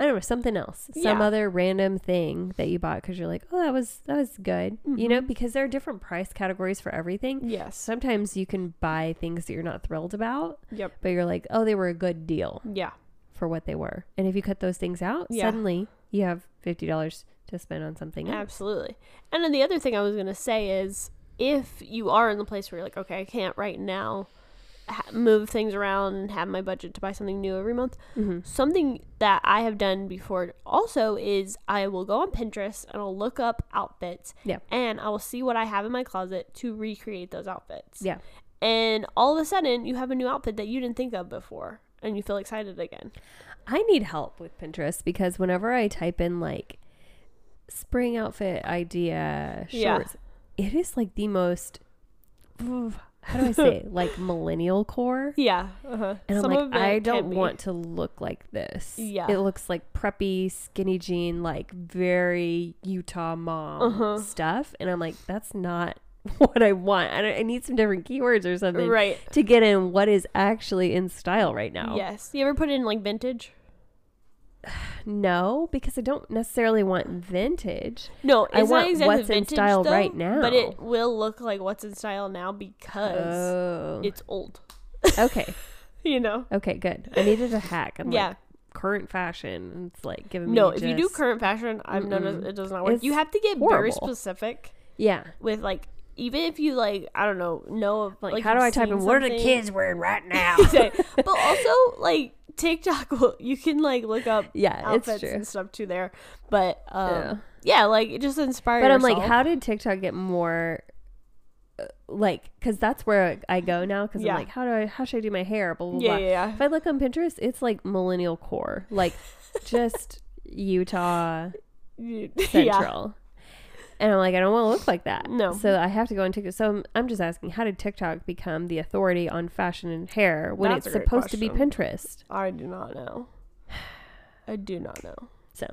I don't know something else, some
Yeah.
other random thing that you bought because you're like, oh, that was that was good, you
Mm-hmm.
know, because there are different price categories for everything.
yes.
Sometimes you can buy things that you're not thrilled about,
Yep.
but you're like, oh, they were a good deal
Yeah.
for what they were, and if you cut those things out,
Yeah.
suddenly you have fifty dollars to spend on something else.
Absolutely. And then the other thing I was going to say is if you are in the place where you're like, okay, I can't right now ha- move things around and have my budget to buy something new every month,
Mm-hmm.
something that I have done before also is I will go on Pinterest and I'll look up outfits
Yeah.
and I will see what I have in my closet to recreate those outfits.
Yeah.
And all of a sudden, you have a new outfit that you didn't think of before and you feel excited again.
I need help with Pinterest because whenever I type in like spring outfit idea
Yeah.
shorts, it is like the most oof, how do I say it? like millennial core.
Yeah. Uh-huh.
And
Some
I'm
of
like,
it
I
can
don't
be.
want to look like this.
Yeah.
It looks like preppy, skinny jean, like very Utah mom
Uh-huh.
stuff. And I'm like, that's not what I want. I, don't, I need some different keywords or something
Right.
to get in what is actually in style right now.
Yes. You ever put in like vintage?
No, because I don't necessarily want vintage.
No,
I
it's
want
not exactly
what's in
vintage,
style
though,
right now.
But it will look like what's in style now because
Oh,
it's old.
okay,
You know?
okay, good. I needed a hack. I'm
yeah.
like current fashion. It's like giving me
no, if you do
just-
current fashion, I've noticed it does not work. you
It's
have to get very
horrible.
specific
yeah,
with like even if you like I don't know know of
like, how do
you've
I type
seen
in what are the
something-
kids wearing right now?
Say, but also like TikTok will you can like look up
Yeah, it's
outfits
true.
and stuff too there. But um,
Yeah.
yeah. like it just inspired.
But I'm like, how did TikTok get more? uh, Like, because that's where I go now. Because
Yeah.
I'm like, how do I? How should I do my hair? Blah blah
Yeah,
blah.
yeah, yeah.
If I look on Pinterest, it's like millennial core, like just Utah
You- Yeah.
Central. And I'm like, I don't want to look like that.
No.
So I have to go on TikTok. So I'm, I'm just asking, how did TikTok become the authority on fashion and hair when
That's
it's
a great
supposed to be
question.
Pinterest?
I do not know. I do not know.
So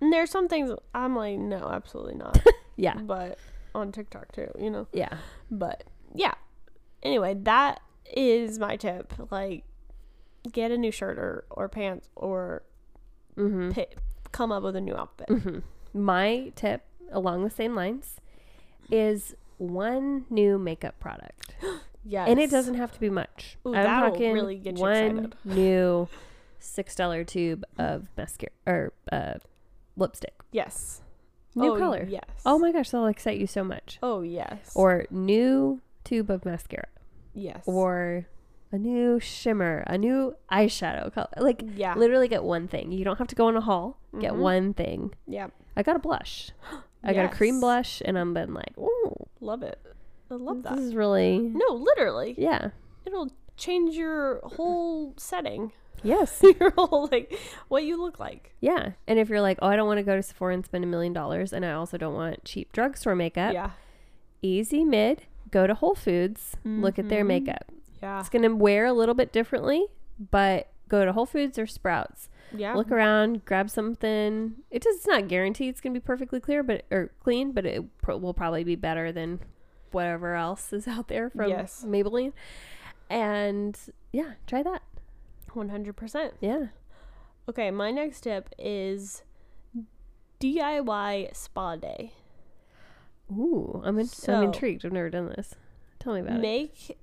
And there's some things I'm like, no, absolutely not.
yeah,
but on TikTok too, you know.
yeah,
But yeah. Anyway, that is my tip. Like, get a new shirt or, or pants or
mm-hmm.
pi- come up with a new outfit.
My tip along the same lines is one new makeup product.
Yes.
And it doesn't have to be much.
Ooh,
I'm
that'll
talking
really get you
one
excited.
new six dollar tube of mascara or uh, lipstick,
Yes.
new
Oh,
color.
Yes.
Oh my gosh, that'll excite you so much.
Oh yes.
Or new tube of mascara,
yes.
or a new shimmer, a new eyeshadow color. Like
yeah.
literally, get one thing. You don't have to go on a haul. Get
Mhm.
one thing.
yeah.
I got a blush. I got a cream
Yes.
blush, and I'm been like, ooh,
Love it. I love
this
that.
is really
No, literally.
yeah.
It'll change your whole setting.
Yes.
your whole like what you look like.
Yeah. And if you're like, oh, I don't want to go to Sephora and spend a million dollars, and I also don't want cheap drugstore makeup,
Yeah.
easy mid, go to Whole Foods, look at their
Mhm.
makeup.
Yeah.
It's going to wear a little bit differently, but go to Whole Foods or Sprouts.
Yeah.
Look around, grab something. It does, it's not guaranteed it's going to be perfectly clear, but or clean, but it pro- will probably be better than whatever else is out there from
Yes.
Maybelline. And yeah, try that.
One hundred percent.
Yeah.
Okay, my next tip is DIY spa day.
Ooh, I'm in-
So-
I'm intrigued. I've never done this. Tell me about it.
Make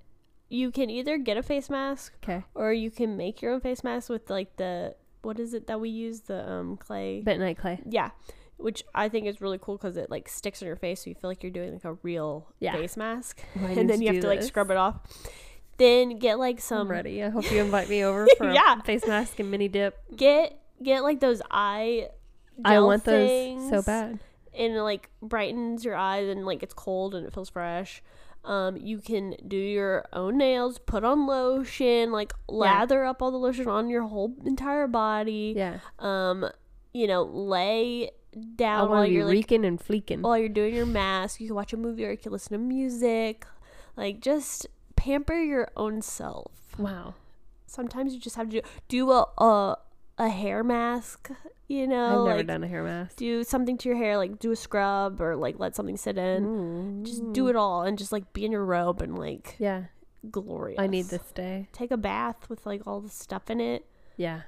you can either get a face mask
Okay.
or you can make your own face mask with like the what is it that we use the um clay
Bentonite clay.
yeah which i think is really cool because it like sticks on your face so you feel like you're doing like a real
Yeah.
face mask
Ooh, I need
and then you have
do
to like
this.
scrub it off then get like
I'm
some
ready. I hope you invite me over for
Um, Yeah.
a face mask and mini dip.
get get like those eye
I
gel
want those so
things,
bad.
and it like brightens your eyes and like it's cold and it feels fresh um, you can do your own nails put on lotion like lather up all the lotion on your whole entire body
Yeah.
um you know lay
I
down
want
while
to be
you're like
reeking and fleeking.
while you're doing your mask you can watch a movie or you can listen to music like just pamper your own self
Wow.
sometimes you just have to do, do a, a a hair mask you know
I've never
like
done a hair mask.
do something to your hair like do a scrub or like let something sit in just
Mm.
do it all and just like be in your robe and like
Yeah.
glorious
I need this day.
take a bath with like all the stuff in it
Yeah.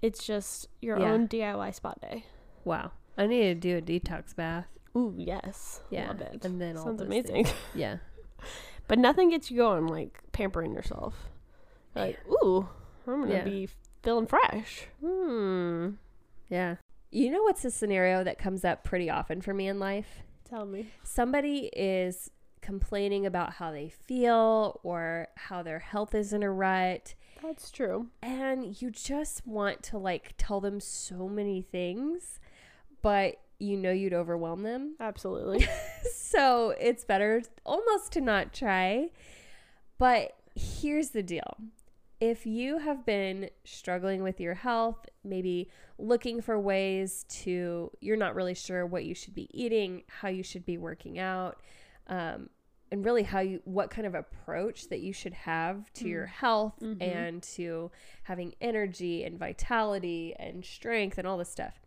it's just your
Yeah.
own diy spot day
Wow. I need to do a detox bath.
Ooh, yes.
Yeah.
Love it.
And then all
Sounds
those
amazing.
Yeah.
but nothing gets you going like pampering yourself. Like, ooh, I'm going to
Yeah.
be feeling fresh.
Hmm. Yeah. You know what's a scenario that comes up pretty often for me in life?
Tell me.
somebody is complaining about how they feel or how their health is in a rut
That's true.
and you just want to like tell them so many things but you know you'd overwhelm them
Absolutely.
so it's better almost to not try but here's the deal if you have been struggling with your health, maybe looking for ways to, you're not really sure what you should be eating, how you should be working out, um, and really how you, what kind of approach that you should have to your health and to having energy and vitality and strength and all this stuff,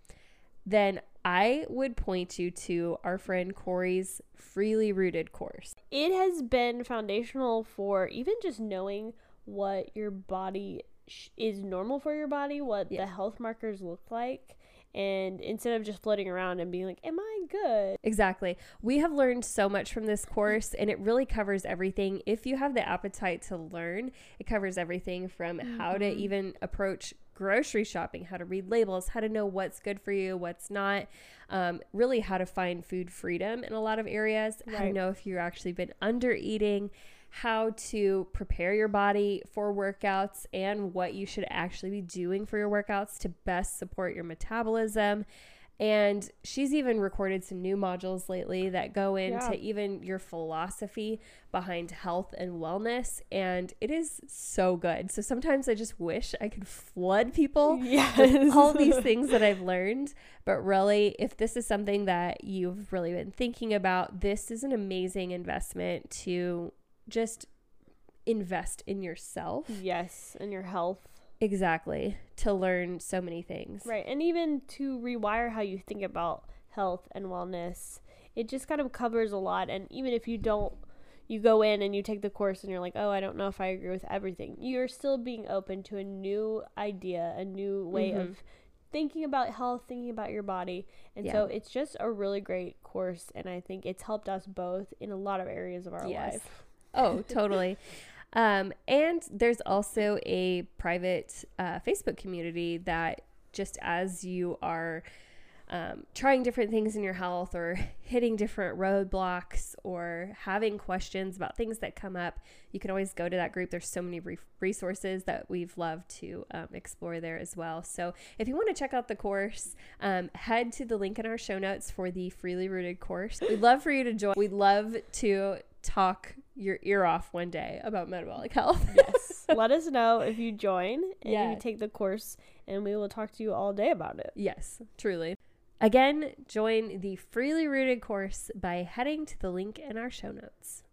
then I would point you to our friend Corey's Freely Rooted course.
it has been foundational for even just knowing what your body sh- is normal for your body, what the health markers look like. And instead of just floating around and being like, am I good?
Exactly. We have learned so much from this course, and it really covers everything. If you have the appetite to learn, it covers everything from how to even approach grocery shopping, how to read labels, how to know what's good for you, what's not, um, really how to find food freedom in a lot of areas, how to
Right.
know if you've actually been under eating, how to prepare your body for workouts and what you should actually be doing for your workouts to best support your metabolism. And she's even recorded some new modules lately that go into
Yeah.
even your philosophy behind health and wellness. And it is so good. So sometimes I just wish I could flood people
Yes.
all these things that I've learned. But really, if this is something that you've really been thinking about, this is an amazing investment to just invest in yourself.
Yes, and your health.
Exactly. To learn so many things.
Right. And even to rewire how you think about health and wellness, it just kind of covers a lot. And even if you don't, you go in and you take the course and you're like, oh, I don't know if I agree with everything, you're still being open to a new idea, a new way of
Mm-hmm.
thinking about health, thinking about your body. And so it's just a really great course. And I think it's helped us both in a lot of areas of our
Yes.
life.
Oh, totally. um, and there's also a private uh, Facebook community that just as you are um, trying different things in your health or hitting different roadblocks or having questions about things that come up, you can always go to that group. There's so many re- resources that we've loved to um, explore there as well. So if you want to check out the course, um, head to the link in our show notes for the Freely Rooted course. We'd love for you to join. We'd love to talk your ear off one day about metabolic health.
yes. Let us know if you join and you
Yes.
take the course, and we will talk to you all day about it.
Yes, truly. Again, join the Freely Rooted course by heading to the link in our show notes.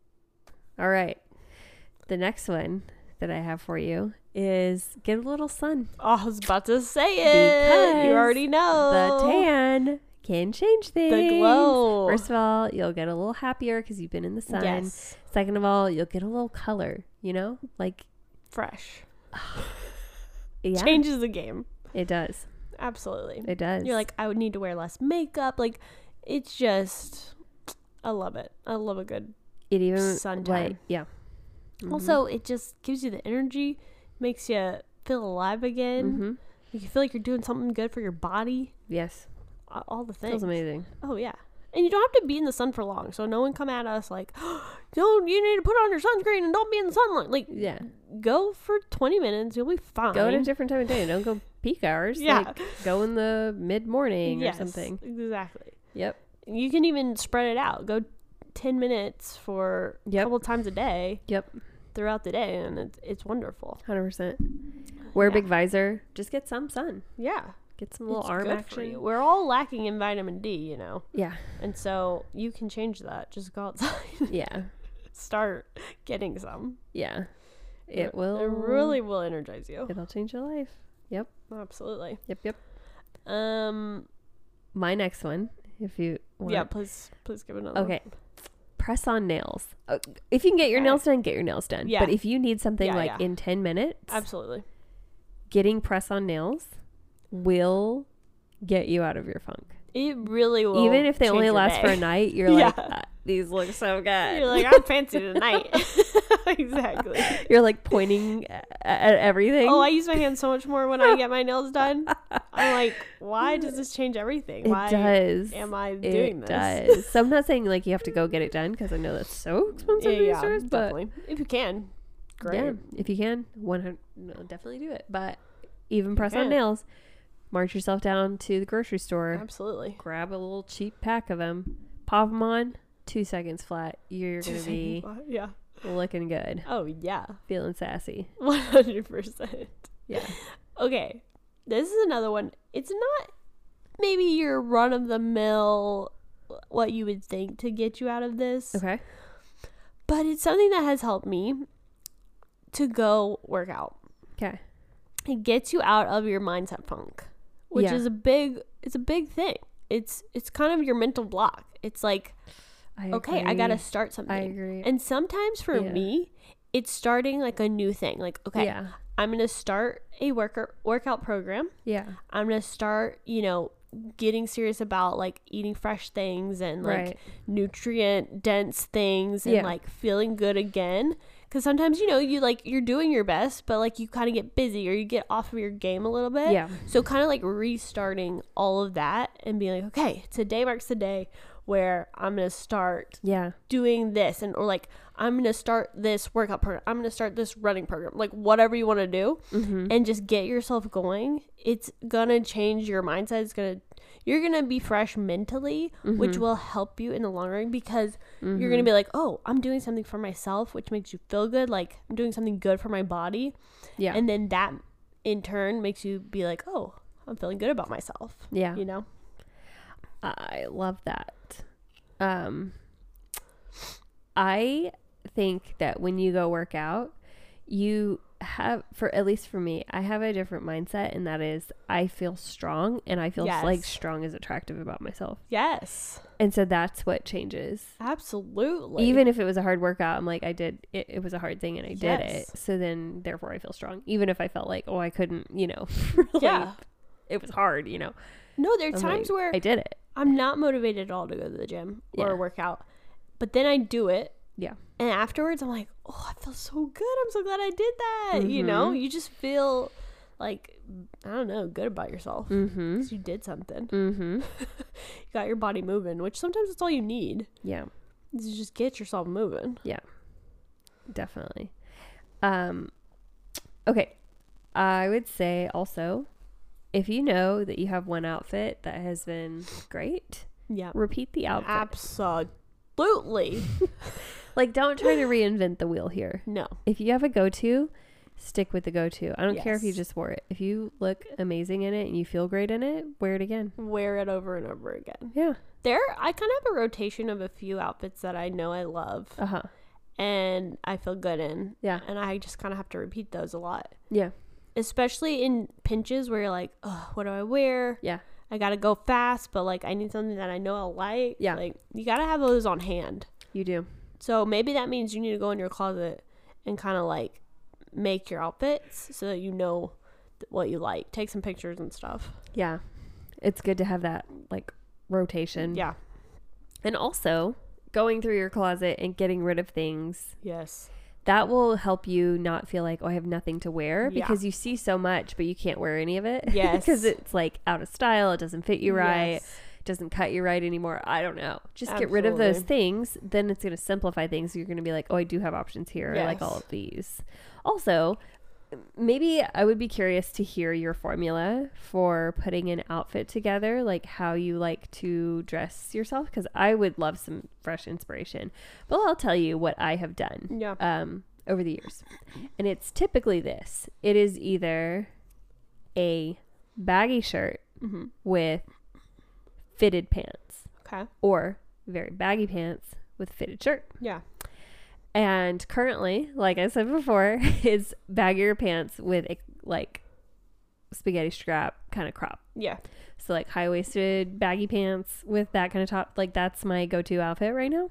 All right. The next one that I have for you is Get a Little Sun.
Oh, I was about to say it. you
Because
already know
The tan can change things.
glow.
First of all, you'll get a little happier because you've been in the sun.
Yes,
Second of all, you'll get a little color, you know? Like,
fresh
yeah,
changes the game.
it does.
Absolutely.
It does.
You're like, I would need to wear less makeup. Like, it's just, I love it. I love a good.
it even,
sun
like, mm-hmm.
tan.
yeah.
Also, it just gives you the energy, makes you feel alive again.
Mm-hmm.
You feel like you're doing something good for your body.
Yes.
a- All the things.
Feels amazing.
Oh yeah. And you don't have to be in the sun for long, so no one come at us like, "No, you need to put on your sunscreen and don't be in the sunlight." Like,
Yeah.
go for twenty minutes, you'll be fine.
go at a different time of day. Don't go peak hours.
Yeah.
Like go in the mid morning
Yes,
or something.
Exactly.
Yep.
You can even spread it out. Go ten minutes for a
Yep.
couple times a day.
Yep.
Throughout the day, and it's it's wonderful.
Hundred percent. Wear a
Yeah.
big visor. Just get some sun.
Yeah,
Get some little
it's
arm
good for
action.
you. We're all lacking in vitamin D, you know,
Yeah.
and so you can change that. Just go outside,
Yeah.
start getting some.
Yeah. It
It
will
It really will energize you.
it'll change your life.
Absolutely.
Yep, yep.
Um.
My next one, if you want
Yeah. Please, please give another.
Okay. press on nails. Uh, If you can get your
Okay.
nails done, get your nails done.
Yeah.
But if you need something
Yeah,
like
yeah.
in ten minutes,
One. Absolutely.
getting press on nails will get you out of your funk.
It really will.
even if they
change
only
your
last for
day.
a night, you're
Yeah.
like, "Ah, these look so good.
You're like, I'm fancy tonight. exactly.
You're like pointing a- at everything.
Oh, I use my hands so much more when I get my nails done. I'm like, why does this change everything?
it
Why
does.
am I
it
doing this?
does. So I'm not saying like you have to go get it done because I know that's so
Yeah,
expensive in
yeah,
stores, but
definitely. If you can, great.
yeah, if you can, 100, no, definitely do it. But even press
can.
on nails, march yourself down to the grocery store,
Absolutely.
grab a little cheap pack of them, pop them on, two seconds flat. You're gonna be
Yeah.
looking good,
Oh yeah.
feeling sassy.
One hundred percent.
Yeah.
Okay. This is another one. It's not maybe your run of the mill what you would think to get you out of this.
Okay.
but it's something that has helped me to go work out.
Okay.
It gets you out of your mindset funk, which
Yeah.
is a big it's a big thing. It's it's kind of your mental block. It's like,
I
okay, I got to
agree.
start something.
I agree.
And sometimes for
Yeah.
me, it's starting like a new thing. Like, okay,
Yeah.
I'm going to start a worker workout program.
Yeah.
I'm going to start, you know, getting serious about like eating fresh things and like
right.
nutrient dense things and
Yeah.
like feeling good again because sometimes you know you like you're doing your best but like you kind of get busy or you get off of your game a little bit
Yeah.
so kind of like restarting all of that and being like okay today marks the day where I'm gonna start
Yeah.
doing this and or like I'm gonna start this workout program. I'm gonna start this running program. Like whatever you want to do,
Mm-hmm.
and just get yourself going. It's gonna change your mindset. It's gonna you're gonna be fresh mentally,
Mm-hmm.
which will help you in the long run because you're gonna be like, oh, I'm doing something for myself, which makes you feel good. Like I'm doing something good for my body,
Yeah.
and then that in turn makes you be like, oh, I'm feeling good about myself.
yeah.
You know,
I love that. Um, I think that when you go work out, you have, for at least for me, I have a different mindset, and that is I feel strong and I feel
Yes.
like strong is attractive about myself.
yes,
And so that's what changes.
absolutely.
Even if it was a hard workout, I'm like, I did it, it was a hard thing and I did it.
Yes.
So then, therefore, I feel strong. Even if I felt like, oh, I couldn't, you know, relate.
yeah.
it was hard, you know,
No, there are
I'm
times
like,
where
I did it.
I'm not motivated at all to go to the gym
Yeah.
or work out. But then I do it.
Yeah.
And afterwards I'm like, oh, I feel so good. I'm so glad I did that.
Mm-hmm.
You know, you just feel like, I don't know, good about yourself.
Mm-hmm.
'Cause You did something.
Mm-hmm.
You got your body moving, which sometimes it's all you need
Yeah.
is to just get yourself moving.
definitely. Um, okay, I would say also, if you know that you have one outfit that has been great,
Yeah.
repeat the outfit.
Absolutely.
like, don't try to reinvent the wheel here.
No.
If you have a go-to, stick with the go-to. I don't care if you
Yes.
just wore it. If you look amazing in it and you feel great in it, wear it again.
Wear it over and over again.
Yeah.
There, I kind of have a rotation of a few outfits that I know I love
Uh huh.
and I feel good in.
Yeah.
and I just kind of have to repeat those a lot,
Yeah.
especially in pinches where you're like, oh, what do I wear?
Yeah.
I gotta go fast, but like I need something that I know I'll like.
Yeah.
like you gotta have those on hand.
You do.
So maybe that means you need to go in your closet and kind of like make your outfits so that you know th- what you like. Take some pictures and stuff.
Yeah. It's good to have that like rotation.
Yeah.
And also going through your closet and getting rid of things
Yes.
that will help you not feel like oh i have nothing to wear
Yeah.
because you see so much but you can't wear any of it
Yes.
because it's like out of style it doesn't fit you right
Yes.
doesn't cut you right anymore i don't know just get rid of those
Absolutely.
things then it's going to simplify things you're going to be like oh i do have options here i like all
Yes.
of these also maybe i would be curious to hear your formula for putting an outfit together like how you like to dress yourself because i would love some fresh inspiration but i'll tell you what i have done
Yeah.
um, over the years. And it's typically this it is either a baggy shirt
Mhm.
with fitted pants
Okay.
or very baggy pants with fitted shirt.
Yeah.
And currently, like I said before, is baggier pants with a like spaghetti strap kind of crop.
Yeah.
So like high waisted baggy pants with that kind of top, like that's my go to outfit right now.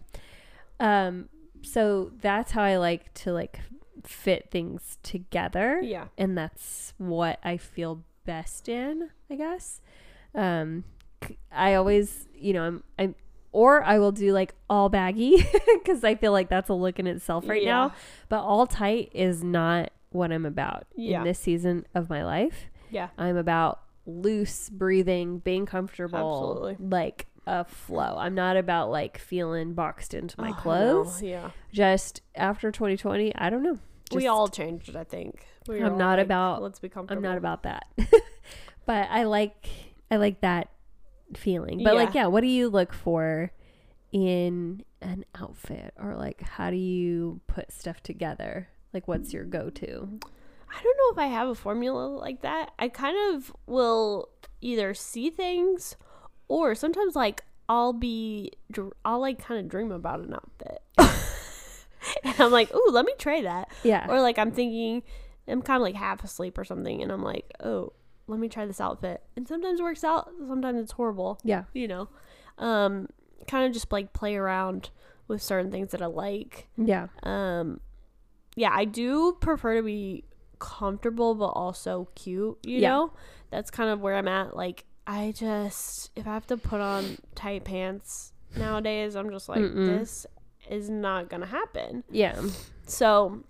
Um, so that's how I like to like fit things together,
Yeah.
and that's what I feel best in, I guess. Um, c- I always, you know, I'm, I'm, or I will do like all baggy because I feel like that's a look in itself right
Yeah.
now. But all tight is not what I'm about
Yeah.
in this season of my life.
Yeah.
I'm about loose breathing, being comfortable,
Absolutely.
like a flow. I'm not about like feeling boxed into my
Oh, no.
clothes.
Yeah.
Just after 2020, I don't know.
we
Just-
all changed, I think. We were
I'm
all
not
like,
about-
Let's be comfortable.
I'm not about that. but I like I like that feeling. But like
Yeah.
yeah, what do you look for in an outfit or like how do you put stuff together? Like what's your go-to?
I don't know if I have a formula like that. I kind of will either see things or sometimes like I'll be dr- I'll like kind of dream about an outfit. and I'm like, "Ooh, let me try that."
Yeah.
Or like I'm thinking I'm kind of like half asleep or something and I'm like, "Oh, let me try this outfit." And sometimes it works out, sometimes it's horrible,
yeah.
you know. Um kind of just like play around with certain things that I like.
Yeah.
Um, yeah, I do prefer to be comfortable but also cute. You
Yeah.
know, that's kind of where I'm at. Like, I just if I have to put on tight pants nowadays, I'm just like,
Mm-mm.
this is not gonna happen.
Yeah.
So,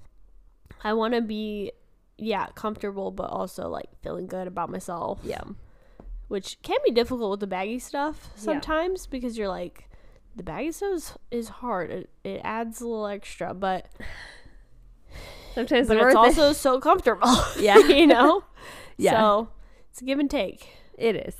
I want to be, yeah, comfortable but also like feeling good about myself
Yeah.
which can be difficult with the baggy stuff
Yeah.
sometimes because you're like The baggy stuff is, is hard. It, it adds a little extra, but
Sometimes
but
it's
it's
worth it.
also so comfortable.
Yeah.
you know.
Yeah.
So it's a give and take.
It is.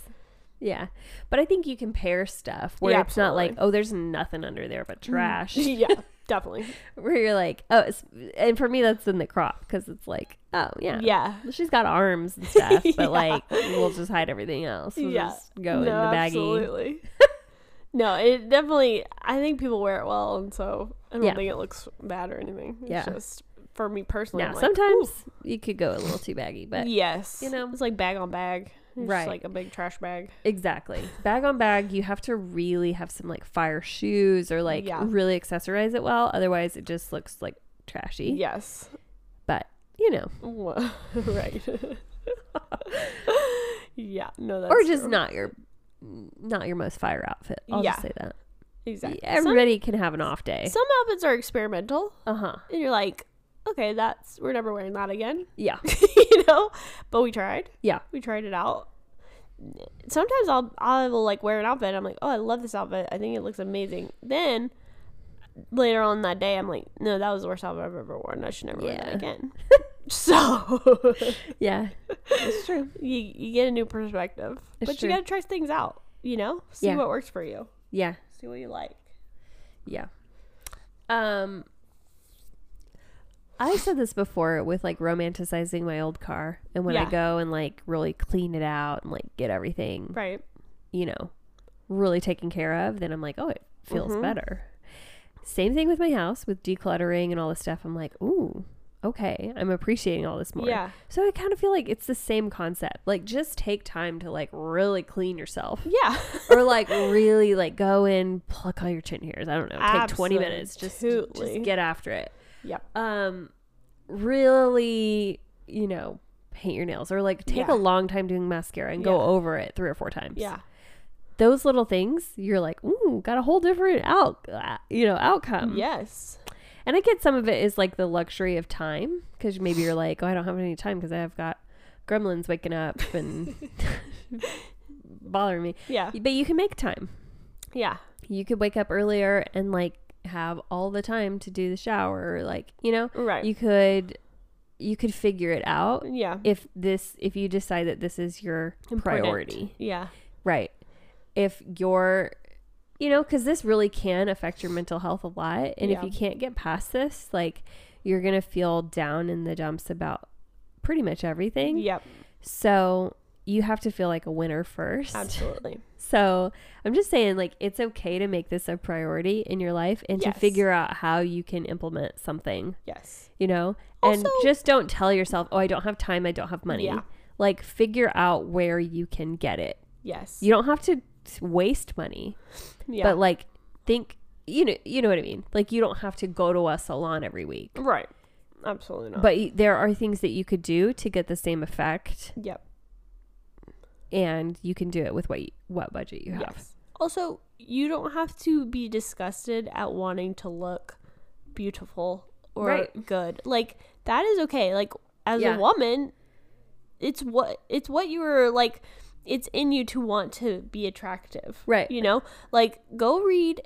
Yeah. But I think you compare stuff where
Yeah,
it's not like, oh, there's nothing under there but trash.
yeah, definitely.
where you're like, oh, it's, and for me, that's in the crop because it's like, oh, yeah.
Yeah.
She's got arms and stuff, but
Yeah.
like, we'll just hide everything else. We'll
Yeah.
just go in the baggie.
Absolutely. no, it definitely. I think people wear it well, and so I don't
Yeah.
think it looks bad or anything. It's
Yeah.
just for me personally.
Now,
I'm like,
sometimes you could go a little too baggy, but
yes,
you know.
it's like bag on bag, It's
Right.
Just like a big trash bag.
exactly. Bag on bag, you have to really have some like fire shoes or like
Yeah.
really accessorize it well. Otherwise, it just looks like trashy.
Yes,
But, you know,
Wha- right. yeah, no, that's
or just
true.
not your not your most fire outfit. I'll
Yeah.
just say that.
exactly. Some,
Everybody can have an off day.
some outfits are experimental,
uh huh.
and you're like, okay, that's we're never wearing that again.
Yeah.
you know but we tried
Yeah.
we tried it out sometimes i'll i will like wear an outfit and i'm like oh i love this outfit i think it looks amazing then later on that day i'm like no that was the worst outfit i've ever worn i should never wear that
Yeah.
again so
Yeah. It's true.
you, you get a new perspective
It's
but
true.
you gotta try things out you know see
Yeah.
what works for you
Yeah.
see what you like
Yeah. Um I said this before with like romanticizing my old car and when I
Yeah.
go and like really clean it out and like get everything,
right
you know, really taken care of, then I'm like, oh, it feels
Mhm.
better. Same thing with my house with decluttering and all this stuff. I'm like, ooh, okay, I'm appreciating all this more.
yeah
So I kind of feel like it's the same concept. Like just take time to like really clean yourself
yeah
or like really like go in pluck all your chin hairs. I don't know. Take 20 minutes just
Absolutely.
just get after it.
Yep.
Um really, you know, paint your nails or like take
Yeah.
a long time doing mascara and
Yeah.
go over it three or four times.
yeah
Those little things, you're like, "Ooh, got a whole different out, uh, you know, outcome."
yes
And I get some of it is like the luxury of time because maybe you're like, oh, I don't have any time because I've got gremlins waking up and bothering me.
yeah
But you can make time.
yeah
You could wake up earlier and like have all the time to do the shower. Or like, you know,
right
you could, you could figure it out
yeah
if this, if you decide that this is your
Important.
priority.
yeah
Right. If you're, you know, because this really can affect your mental health a lot. And
Yeah.
if you can't get past this, like, you're going to feel down in the dumps about pretty much everything.
yep
So you have to feel like a winner first.
absolutely
So I'm just saying, like, it's okay to make this a priority in your life and
Yes.
to figure out how you can implement something,
yes
you know? and
Also-
just don't tell yourself, oh, I don't have time, I don't have money.
Yeah.
Like, figure out where you can get it.
Yes.
You don't have to waste money,
yeah.
but like think you know you know what I mean. Like you don't have to go to a salon every week,
right. Absolutely not.
but y- there are things that you could do to get the same effect,
yep.
and you can do it with what you, what budget you have.
Yes. Also, you don't have to be disgusted at wanting to look beautiful or
Right.
good. Like that is okay. Like as
Yeah.
a woman, it's what it's what you are like. It's in you to want to be attractive,
Right.
You know, like go read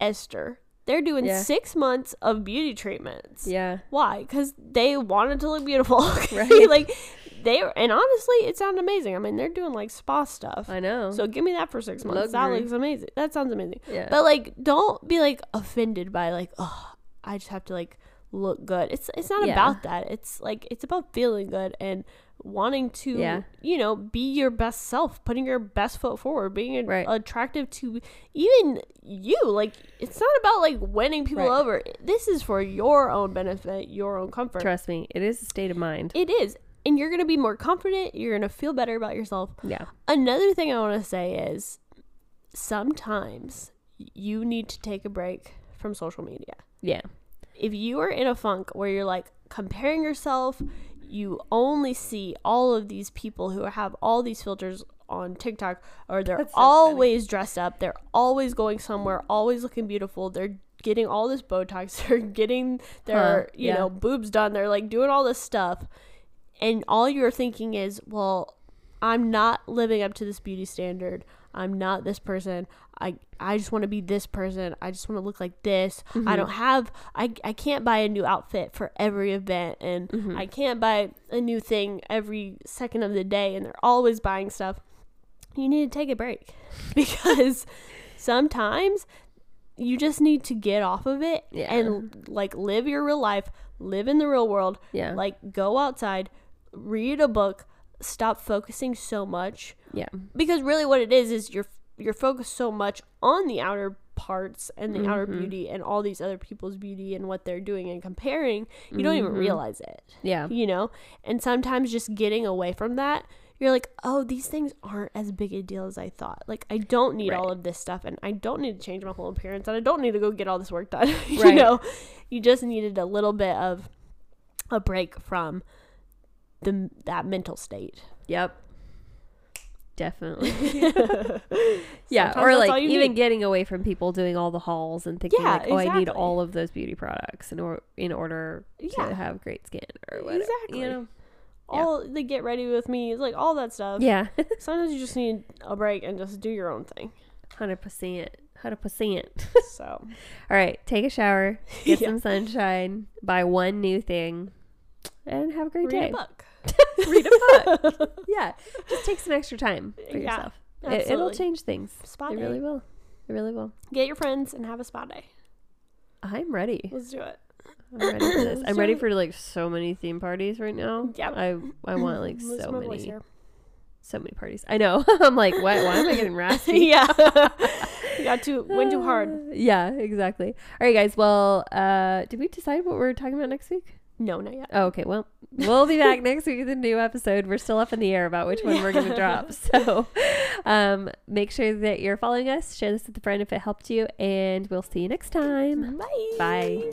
Esther. They're doing
Yeah.
six months of beauty treatments.
Yeah,
Why? Because they wanted to look beautiful.
Right.
like they and honestly, it sounded amazing. I mean, they're doing like spa stuff.
I know.
So give me that for six months. That
Luxury.
looks amazing. That sounds amazing.
yeah,
But like, don't be like offended by like, oh, I just have to like look good. It's it's not
Yeah.
about that. It's like it's about feeling good and wanting to
Yeah.
you know be your best self, putting your best foot forward, being a-
Right.
attractive to even you. Like it's not about like winning people
Right.
over. This is for your own benefit, your own comfort.
trust me, it is a state of mind.
It is. And you're going to be more confident. You're going to feel better about yourself
yeah,
another thing I want to say is sometimes you need to take a break from social media.
yeah,
If you are in a funk where you're like comparing yourself, you only see all of these people who have all these filters on TikTok or they're
That's so funny.
always dressed up, they're always going somewhere, always looking beautiful, they're getting all this botox, they're getting their,
Huh,
you
yeah.
know, boobs done, they're like doing all this stuff and all you're thinking is, well, I'm not living up to this beauty standard. I'm not this person. I I just want to be this person. I just want to look like this.
Mm-hmm.
I don't have I I can't buy a new outfit for every event and
Mm-hmm.
I can't buy a new thing every second of the day and they're always buying stuff. You need to take a break because sometimes you just need to get off of it
Yeah.
and like live your real life, live in the real world,
Yeah.
like go outside, read a book, stop focusing so much
yeah.
because really what it is is you're you're focused so much on the outer parts and the outer
Mm-hmm.
beauty and all these other people's beauty and what they're doing and comparing, you don't even realize it.
Mm-hmm. Yeah.
You know? And sometimes just getting away from that you're like, oh, these things aren't as big a deal as I thought. Like, I don't need all of this stuff, and I don't need to change my whole appearance, and I don't need to go get all this work done. you
Right.
know, you just needed a little bit of a break from the that mental state.
Yep. Definitely. yeah.
Sometimes
Or
that's
like
all you
even
need.
getting away from people doing all the hauls and thinking
Yeah,
like, oh, I need
exactly.
all of those beauty products in or in order
Yeah.
to have great skin or whatever.
Exactly.
You know? Yeah.
all the get ready with me, like all that stuff.
Yeah.
Sometimes you just need a break and just do your own thing.
Hundred percent. Hundred percent.
So
All right. Take a shower. Get
Yeah.
some sunshine. Buy one new thing. And have a great
read
day.
a book.
Read a book. yeah. Just take some extra time for
Yeah,
yourself. It, it'll
absolutely.
change things.
Spa
It
day.
really will. It really will.
Get your friends and have a spa day.
I'm ready.
Let's do it.
I'm ready for this. I'm ready
So-
for like so many theme parties right now.
Yep.
I I want like
Lose
so
my voice
many
here.
so many parties. I know. I'm like, what? Why am I getting raspy?
yeah. you got too went too hard.
Uh, yeah, exactly. All right, guys. Well, uh, did we decide what we're talking about next week?
No, not yet.
Oh, okay. Well, we'll be back next week with a new episode. We're still up in the air about which one we're going to drop. So um, make sure that you're following us. Share this with a friend if it helped you. And we'll see you next time.
Bye.
Bye.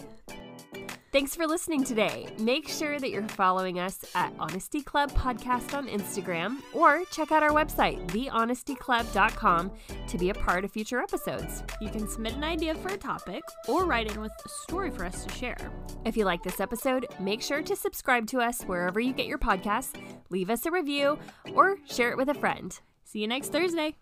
Thanks for listening today. Make sure that you're following us at Honesty Club Podcast on Instagram or check out our website, thehonestyclub.com, to be a part of future episodes.
You can submit an idea for a topic or write in with a story for us to share. If you like this episode, make sure to subscribe to us wherever you get your podcasts, leave us a review, or share it with a friend. See you next Thursday.